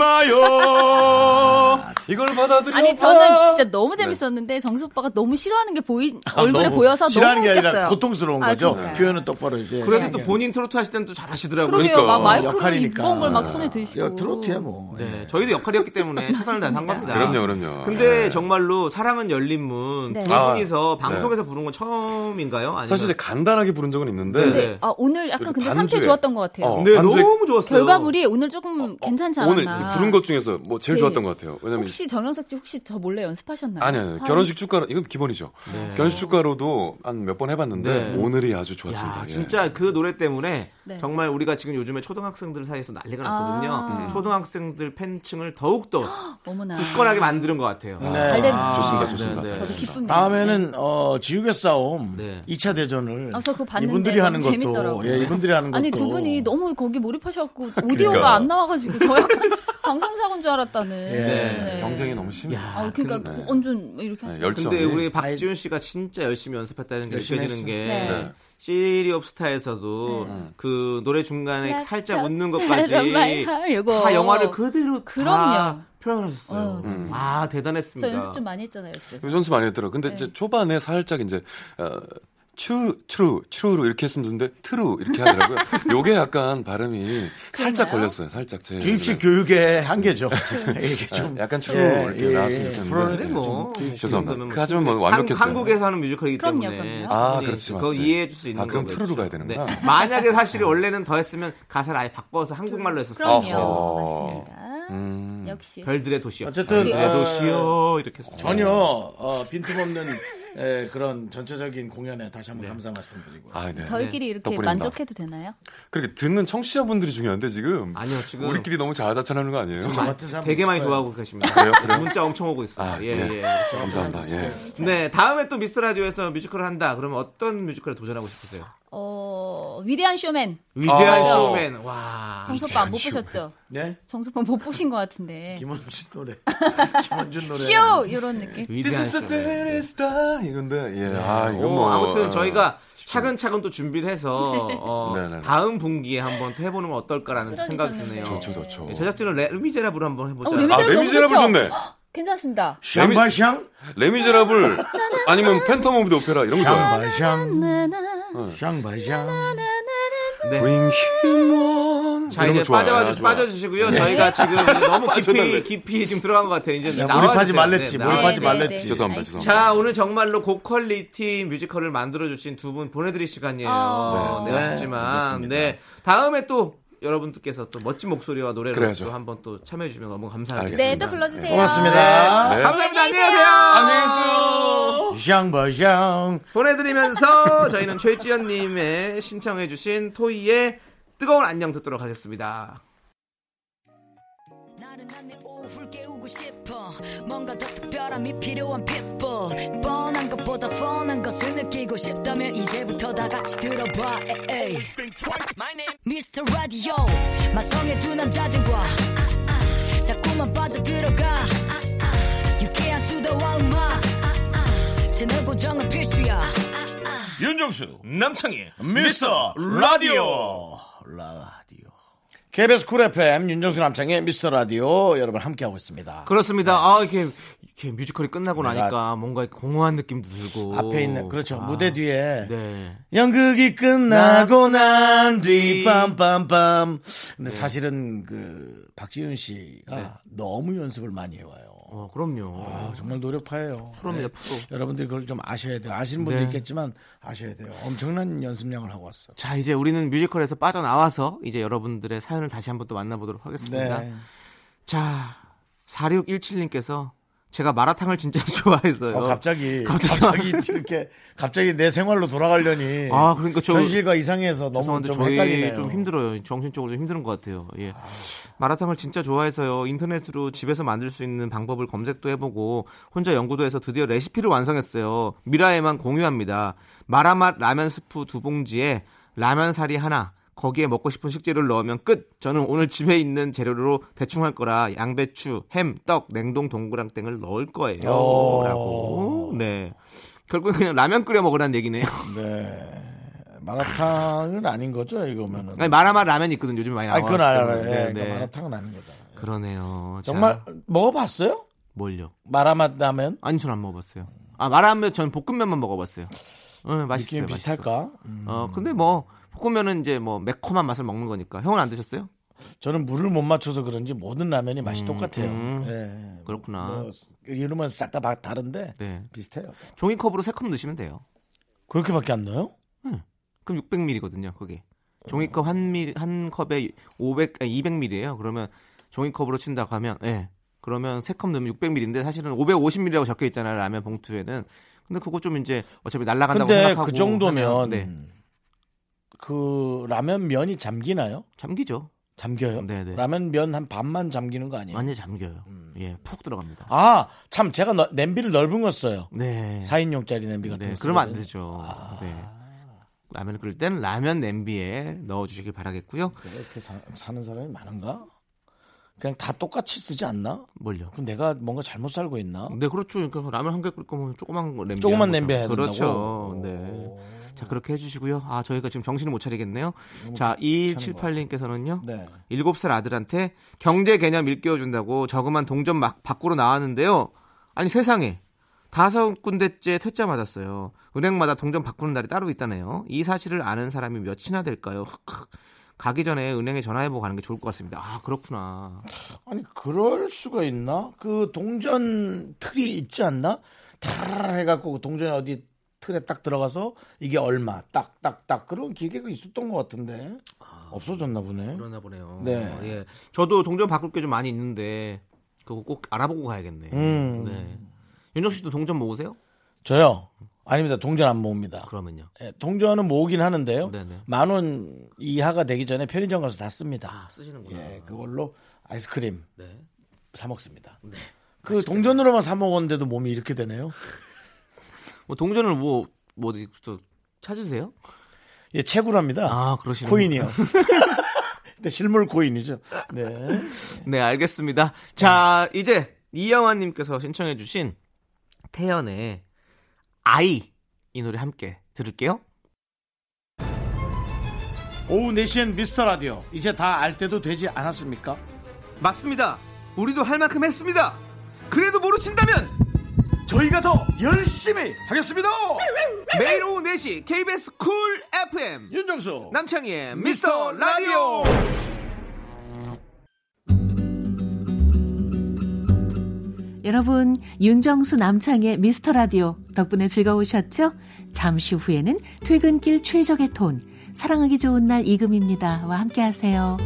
Speaker 1: 마요.
Speaker 12: 이걸 받아들여. 네.
Speaker 17: 아니 저는 진짜 너무 재밌었는데 정수 오빠가 너무 싫어하는 게 보이 아,
Speaker 12: 아,
Speaker 17: 얼굴에
Speaker 1: 너무
Speaker 17: 보여서
Speaker 1: 싫어하는
Speaker 17: 너무
Speaker 1: 게 아니라
Speaker 17: 웃겼어요.
Speaker 1: 고통스러운
Speaker 17: 아,
Speaker 1: 거죠. 네.
Speaker 17: 그러니까요.
Speaker 1: 표현은 똑바로
Speaker 12: 예,
Speaker 1: 이제. 네.
Speaker 2: 그래도 또 본인 트로트 하실 때는 또 잘하시더라고요.
Speaker 12: 그러니까.
Speaker 2: 그러니까.
Speaker 17: 그러게요. 막 마이크를 무거운 걸막 손에 들시고.
Speaker 1: 아, 트로트야 뭐.
Speaker 2: 네, 저희도 역할이었기 때문에 최선을 다한 겁니다.
Speaker 12: 네. 그럼요, 그럼요. 네.
Speaker 2: 근데 정말로 사랑은 열린 문.
Speaker 17: 네.
Speaker 2: 두 분이서
Speaker 12: 아,
Speaker 2: 방송에서 부른 건 처음인가요? 네. 아니면
Speaker 12: 사실 이제 간단하게 부른 적은 있는데.
Speaker 1: 네.
Speaker 17: 근데 아, 오늘 약간 근데 상태
Speaker 12: 반주에-
Speaker 17: 좋았던 것 같아요.
Speaker 12: 네. 어, 네, 반주에- 너무
Speaker 2: 좋았어요.
Speaker 17: 결과물이 오늘 조금 괜찮지 않았나.
Speaker 12: 오늘 부른 것 중에서 뭐 제일
Speaker 17: 네.
Speaker 12: 좋았던 것 같아요. 왜냐면
Speaker 17: 혹시 정영석 씨 혹시 저 몰래 연습하셨나요?
Speaker 12: 아니 아니
Speaker 17: 화음?
Speaker 12: 결혼식 축가로 이건 기본이죠. 결혼식 축가로도 한 몇 번 해봤는데
Speaker 2: 네.
Speaker 12: 오늘이 아주 좋았습니다.
Speaker 2: 야,
Speaker 12: 예.
Speaker 2: 진짜 그 노래 때문에
Speaker 17: 네.
Speaker 2: 정말 우리가 지금 요즘에 초등학생들 사이에서 난리가 났거든요.
Speaker 17: 아.
Speaker 2: 음. 초등학생들 팬층을 더욱더
Speaker 17: [gasps] 어머나.
Speaker 2: 굳건하게 만드는 것 같아요.
Speaker 1: 네. 잘 됐네요.
Speaker 12: 좋습니다, 좋습니다.
Speaker 2: 네, 네.
Speaker 17: 저도 기쁩니다. 네.
Speaker 1: 다음에는 어, 지우개 싸움 2차 대전을
Speaker 17: 아, 저 그거 봤는데
Speaker 1: 이분들이 하는
Speaker 17: 너무
Speaker 1: 것도
Speaker 17: 재밌더라고요.
Speaker 1: 예, 이분들이 하는 것도
Speaker 17: 아니 두 분이 너무 거기 몰입하셔갖고 오디오가 안 나와가지고 저 약간 [laughs] 방송사고인 줄 알았다는.
Speaker 12: 예.
Speaker 17: 네.
Speaker 12: 경쟁이 너무 심해.
Speaker 17: 아, 그러니까
Speaker 12: 네.
Speaker 17: 완전 이렇게 하시는
Speaker 2: 근데 우리 박지훈 씨가 진짜 열심히 연습했다는 게
Speaker 1: 열심히
Speaker 2: 느껴지는 게
Speaker 1: 했습니다. 네.
Speaker 2: 시리 옵 스타에서도
Speaker 12: 네.
Speaker 2: 그 노래 중간에
Speaker 17: 네.
Speaker 2: 살짝
Speaker 17: 네.
Speaker 2: 웃는
Speaker 17: 네.
Speaker 2: 것까지
Speaker 17: 이거.
Speaker 2: 다 영화를 어. 그대로
Speaker 17: 그럼요.
Speaker 2: 다 표현하셨어요.
Speaker 12: 음.
Speaker 2: 아
Speaker 17: 저
Speaker 2: 대단했습니다.
Speaker 17: 연습 좀 네. 많이 했잖아요. 집에서.
Speaker 12: 연수 많이 했더라. 근데 이제 초반에 살짝 이제 어, 추, 트루, 트루로 이렇게 했으면 되는데 트루 이렇게
Speaker 17: [laughs]
Speaker 12: 하더라고요. 요게 약간 발음이 살짝 걸렸어요. 살짝 제.
Speaker 2: 네.
Speaker 1: 주입식 교육의
Speaker 17: [laughs]
Speaker 1: 한계죠. 이게 좀
Speaker 12: 아, 약간 추루
Speaker 1: 예,
Speaker 12: 이렇게
Speaker 1: 예,
Speaker 12: 나왔으면
Speaker 1: 예.
Speaker 12: 좋겠는데.
Speaker 1: 프로는
Speaker 12: 예,
Speaker 1: 뭐
Speaker 12: 좀
Speaker 1: 주입식
Speaker 12: 죄송합니다.
Speaker 1: 정도면
Speaker 12: 그 하지만 뭐
Speaker 2: 한-
Speaker 12: 완벽했어요.
Speaker 2: 한국에서 하는 뮤지컬이기
Speaker 17: 그럼요,
Speaker 2: 때문에
Speaker 17: 그럼요.
Speaker 12: 아,
Speaker 2: 충분히
Speaker 12: 그렇지,
Speaker 2: 그거
Speaker 12: 맞지.
Speaker 2: 이해해 줄 수 있는
Speaker 12: 아, 그럼
Speaker 2: 거겠죠.
Speaker 12: 트루로 가야 되는구나.
Speaker 2: 네. 만약에 사실 원래는 더 했으면 가사를 아예 바꿔서 한국말로 했었어요.
Speaker 17: 그럼요. 맞습니다.
Speaker 12: 음.
Speaker 17: 역시.
Speaker 2: 별들의 도시요.
Speaker 1: 어쨌든
Speaker 2: 별들의
Speaker 1: 어,
Speaker 2: 도시요 이렇게 했어요.
Speaker 1: 전혀 어, 빈틈없는 [laughs] 에, 그런 전체적인 공연에 다시
Speaker 2: 네.
Speaker 1: 한번 감사 말씀드리고
Speaker 12: 아, 네.
Speaker 17: 저희끼리
Speaker 12: 네.
Speaker 17: 이렇게
Speaker 12: 덕분입니다.
Speaker 17: 만족해도 되나요?
Speaker 12: 그렇게 듣는 청취자분들이 중요한데 지금
Speaker 2: 아니요 지금
Speaker 12: 우리끼리 너무 자아자찬하는 거 아니에요?
Speaker 2: 마- 되게 많이 좋아하고 계십니다.
Speaker 12: 그래요? 그래요?
Speaker 2: 문자 엄청 오고 있어요.
Speaker 12: 아,
Speaker 2: 예,
Speaker 12: 예.
Speaker 2: 예. 그렇죠.
Speaker 12: 감사합니다. 예.
Speaker 2: 네, 다음에 또 미스 라디오에서 뮤지컬을 한다. 그러면 어떤 뮤지컬에 도전하고 싶으세요?
Speaker 12: 아,
Speaker 17: 어, 위대한 쇼맨.
Speaker 2: 위대한
Speaker 17: 맞아요.
Speaker 2: 쇼맨. 와.
Speaker 17: 정수빠 못 보셨죠?
Speaker 1: 네?
Speaker 17: 정수빠 못 보신 것 같은데.
Speaker 1: 김원준 노래.
Speaker 12: 김원준
Speaker 17: 쇼! 이런 느낌.
Speaker 2: 아,
Speaker 12: This is a daily star 이건데 예. 아 이건
Speaker 2: 네, 오,
Speaker 12: 뭐
Speaker 2: 아무튼 저희가 차근차근 또 준비를
Speaker 17: [laughs]
Speaker 2: 해서 어,
Speaker 12: 네네네.
Speaker 2: 다음 분기에 한번 또 해보는 건 어떨까라는 생각이 드네요.
Speaker 12: 좋죠, 좋죠.
Speaker 2: 예, 제작진은 레- 레미제라블 한번 해보자.
Speaker 17: 어, 레미제라블
Speaker 12: 아, 레미제라블
Speaker 17: 너무 좋죠?
Speaker 12: 좋네.
Speaker 17: 헉, [gasps] 괜찮습니다.
Speaker 1: 샹바샹?
Speaker 12: 레미제라블 아니면 팬텀 오브 더 오페라 이런 어. 거 좋아요.
Speaker 1: 샹바샹. 샹바샹.
Speaker 12: Bring
Speaker 2: 자
Speaker 12: 이런
Speaker 2: 이제
Speaker 12: 거 좋아요. 아,
Speaker 2: 빠져가지고
Speaker 12: 좋아.
Speaker 2: 빠져주시고요.
Speaker 12: 네. [laughs]
Speaker 2: 저희가 지금 [laughs] 너무
Speaker 12: 빠졌는데.
Speaker 2: 깊이 깊이 지금 들어간 것 같아요. 이제
Speaker 12: 야,
Speaker 2: 나와주세요.
Speaker 12: 몰입하지 말랬지,
Speaker 2: 나와주세요.
Speaker 12: 몰입하지 네, 네, 말랬지. 네. 죄송합니다, 죄송합니다.
Speaker 2: 예. 자 오늘 정말로 고퀄리티 뮤지컬을 만들어주신 두 분 보내드릴 시간이에요.
Speaker 12: 아.
Speaker 2: 네,
Speaker 12: 네,
Speaker 2: 아쉽지만
Speaker 12: 알겠습니다.
Speaker 2: 네 다음에 또 여러분들께서 또 멋진 목소리와 노래로
Speaker 12: 그래야죠.
Speaker 2: 또 한번 또 참여해주면 너무 감사하겠습니다.
Speaker 17: 네, 또 불러주세요.
Speaker 1: 고맙습니다. 네.
Speaker 2: 감사합니다.
Speaker 17: 안녕히
Speaker 2: 안녕히 계세요.
Speaker 1: 샹바샹.
Speaker 2: 보내드리면서 저희는 최지연님의 신청해주신 토이의 뜨거운 안녕 듣도록 하겠습니다.
Speaker 18: 나른한 내 오후를 깨우고 싶어 뭔가 더 특별함이 필요한 people 뻔한 것보다 뻔한 것을 느끼고 싶다면 이제부터 다 같이 들어봐 에이. Mr. Radio 마성의 두 남자들과 자꾸만 빠져들어가 유쾌한 수다와 음악 채널 고정은 필수야
Speaker 16: 윤정수 남창희 미스터 라디오.
Speaker 1: KBS 쿨 FM 윤정수 남창의 미스터 라디오 여러분 함께하고 있습니다. 아,
Speaker 2: 그렇습니다. 아 이게 이렇게 뮤지컬이 끝나고 나니까 뭔가 공허한 느낌도 들고
Speaker 1: 앞에 있는 그렇죠
Speaker 2: 아,
Speaker 1: 무대 뒤에
Speaker 2: 네.
Speaker 1: 연극이 끝나고 난 뒤 빰빰빰. 근데 사실은 그 박지윤 씨가 너무 연습을 많이 해와요.
Speaker 2: 네. 어,
Speaker 1: 아,
Speaker 2: 그럼요.
Speaker 1: 정말 노력파예요. 네.
Speaker 2: 프로입니다,
Speaker 1: 여러분들이 그걸 좀 아셔야 돼요. 아시는 분도
Speaker 2: 네.
Speaker 1: 있겠지만 아셔야 돼요. 엄청난 연습량을 하고 왔어요.
Speaker 2: 자 이제 우리는 뮤지컬에서 빠져나와서 이제 여러분들의 사연을 다시 한번 또 만나보도록 하겠습니다.
Speaker 1: 네.
Speaker 2: 자 4617님께서 제가 마라탕을 진짜 [laughs] 좋아해서요.
Speaker 1: 어, 갑자기
Speaker 2: 네. 갑자기
Speaker 1: 갑자기 [laughs] 이렇게 갑자기 내 생활로 돌아가려니
Speaker 2: 아, 그러니까 저-
Speaker 1: 예. 현실과 이상해서 너무
Speaker 2: 죄송한데
Speaker 1: 좀
Speaker 2: 저희
Speaker 1: 헷갈리네요.
Speaker 2: 좀 힘들어요. 정신적으로 좀 힘든 것 같아요. 예. 마라탕을 진짜 좋아해서요. 인터넷으로 집에서 만들 수 있는 방법을 검색도 해보고 혼자 연구도 해서 드디어 레시피를 완성했어요. 미라에만 공유합니다. 마라맛 라면 스프 두 봉지에 라면 사리 하나. 거기에 먹고 싶은 식재료를 넣으면 끝. 저는 오늘 집에 있는 재료로 대충 할 거라 양배추, 햄, 떡, 냉동 동그랑땡을 넣을 거예요.
Speaker 1: 오.
Speaker 2: 라고. 네. 결국 그냥 라면 끓여 먹으라는 얘기네요.
Speaker 1: 네. 마라탕은 아닌 거죠 이거면은.
Speaker 2: 아니, 마라맛 라면 있거든요. 요즘 많이
Speaker 1: 아,
Speaker 2: 나와요.
Speaker 1: 그건 알아요.
Speaker 2: 네,
Speaker 1: 예, 그러니까 마라탕은 아닌 거죠.
Speaker 2: 그러네요. 자,
Speaker 1: 정말 먹어봤어요?
Speaker 2: 뭘요?
Speaker 1: 마라맛 라면?
Speaker 2: 아니, 전 안 먹어봤어요. 아, 마라면 전 볶음면만 먹어봤어요. 응, 맛있어요.
Speaker 1: 느낌이 비슷할까? 음.
Speaker 2: 맛있어. 어, 근데 뭐 볶음면은 이제 뭐 매콤한 맛을 먹는 거니까. 형은 안 드셨어요?
Speaker 1: 저는 물을 못 맞춰서 그런지 모든 라면이 맛이 똑같아요.
Speaker 2: 음.
Speaker 1: 예.
Speaker 2: 그렇구나.
Speaker 1: 뭐, 이름은 싹 다 다른데
Speaker 2: 네.
Speaker 1: 비슷해요.
Speaker 2: 종이컵으로 세 컵 넣으시면 돼요. 네.
Speaker 1: 그렇게밖에 안 넣어요?
Speaker 2: 그럼 600ml거든요. 그게 종이컵 한 밀 한 컵에 500 아니, 200ml예요. 그러면 종이컵으로 친다고 하면 예. 그러면 세 컵 넣으면 600ml인데 사실은 550ml라고 적혀 있잖아요. 라면 봉투에는. 근데 그거 좀 이제 어차피 날아간다고
Speaker 1: 근데
Speaker 2: 생각하고
Speaker 1: 그 정도면
Speaker 2: 하면, 네.
Speaker 1: 그 라면 면이 잠기나요?
Speaker 2: 잠기죠.
Speaker 1: 잠겨요?
Speaker 2: 네네.
Speaker 1: 라면 면 한 반만 잠기는 거 아니에요? 음.
Speaker 2: 완전 잠겨요. 예, 푹 들어갑니다.
Speaker 1: 아, 참 제가 너- 냄비를 넓은 거 써요.
Speaker 2: 네.
Speaker 1: 4인용짜리 냄비 같은
Speaker 2: 네,
Speaker 1: 거.
Speaker 2: 그러면 안
Speaker 1: 쓰거든요. 아.
Speaker 2: 되죠. 네. 라면을 끓일 땐 라면 냄비에 넣어 주시길 바라겠고요.
Speaker 1: 그래, 이렇게 사, 사는 사람이 많은가? 그냥 다 똑같이 쓰지 않나?
Speaker 2: 뭘요?
Speaker 1: 그럼 내가 뭔가 잘못 살고 있나?
Speaker 2: 네, 그렇죠. 그러니까 라면 한 개 끓일 거면 조그만 거 냄비.
Speaker 1: 조그만
Speaker 2: 하는 거죠.
Speaker 1: 냄비에 해야 된다고?
Speaker 2: 그렇죠. 네. 자, 그렇게 해주시고요. 아, 저희가 지금 정신을 못 차리겠네요. 자, 2178님께서는요.
Speaker 1: 네.
Speaker 2: 7살 아들한테 경제 개념 일깨워준다고 저그만 동전 막 밖으로 나왔는데요. 아니, 세상에. 다섯 군데째 퇴짜 맞았어요. 은행마다 동전 바꾸는 날이 따로 있다네요. 이 사실을 아는 사람이 몇이나 될까요? 크크. 가기 전에 은행에 전화해보고 가는 게 좋을 것 같습니다. 아, 그렇구나.
Speaker 1: 아니 그럴 수가 있나? 그 동전 틀이 있지 않나? 다 해갖고 그 동전이 어디 틀에 딱 들어가서 이게 얼마 딱 딱 딱 그런 기계가 있었던 것 같은데 없어졌나 보네.
Speaker 2: 아, 그러나 보네요.
Speaker 1: 네.
Speaker 2: 예. 저도 동전 바꿀 게 좀 많이 있는데 그거 꼭 알아보고 가야겠네.
Speaker 1: 음.
Speaker 2: 네. 윤정 씨도 동전 모으세요?
Speaker 1: 저요? 아닙니다. 동전 안 모읍니다. 예,
Speaker 2: 그러면요?
Speaker 1: 동전은 모으긴 하는데요.
Speaker 2: 네네.
Speaker 1: 만 원 이하가 되기 전에 편의점 가서 다 씁니다.
Speaker 2: 아, 쓰시는구나.
Speaker 1: 예, 그걸로 아이스크림
Speaker 2: 네.
Speaker 1: 사 먹습니다. 그 동전으로만 사 먹었는데도 몸이 이렇게 되네요.
Speaker 2: [laughs] 뭐 동전을 뭐, 뭐 어디 저 찾으세요?
Speaker 1: 예, 채굴합니다.
Speaker 2: 아, 그러시군요.
Speaker 1: 코인이요. [laughs] 근데 실물 코인이죠. 네.
Speaker 2: [laughs] 네, 알겠습니다. 자, 이제 이영환님께서 신청해주신 태연의 아이 이 노래 함께 들을게요.
Speaker 1: 오후 4시엔 미스터 라디오. 이제 다 알 때도 되지 않았습니까?
Speaker 2: 맞습니다. 우리도 할 만큼 했습니다. 그래도 모르신다면
Speaker 1: 저희가 더 열심히 하겠습니다.
Speaker 2: 매일 오후 4시 KBS 쿨 FM
Speaker 1: 윤정수
Speaker 2: 남창희의 미스터 라디오
Speaker 19: 여러분, 윤정수 남창의 미스터 라디오 덕분에 즐거우셨죠? 잠시 후에는 퇴근길 최적의 톤, 사랑하기 좋은 날 이금입니다와 함께 하세요.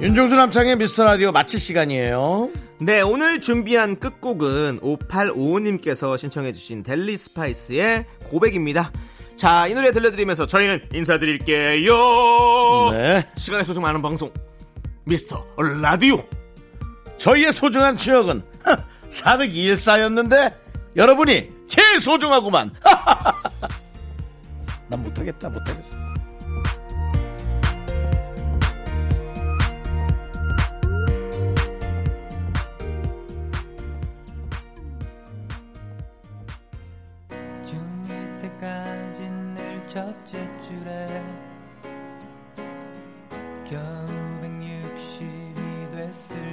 Speaker 1: 윤종수 남창의 미스터 라디오 마칠 시간이에요.
Speaker 2: 네, 오늘 준비한 끝곡은 5855님께서 신청해주신 델리 스파이스의 고백입니다. 자, 이 노래 들려드리면서 저희는 인사드릴게요.
Speaker 1: 네.
Speaker 2: 시간의 소중 많은 방송, 미스터 라디오.
Speaker 1: 저희의 소중한 추억은 402일 쌓였는데 여러분이 제일 소중하구만. [laughs] 난 못하겠다, 못하겠어.
Speaker 20: 중일 때까진 늘 첫째 줄에 겨우 160이 됐을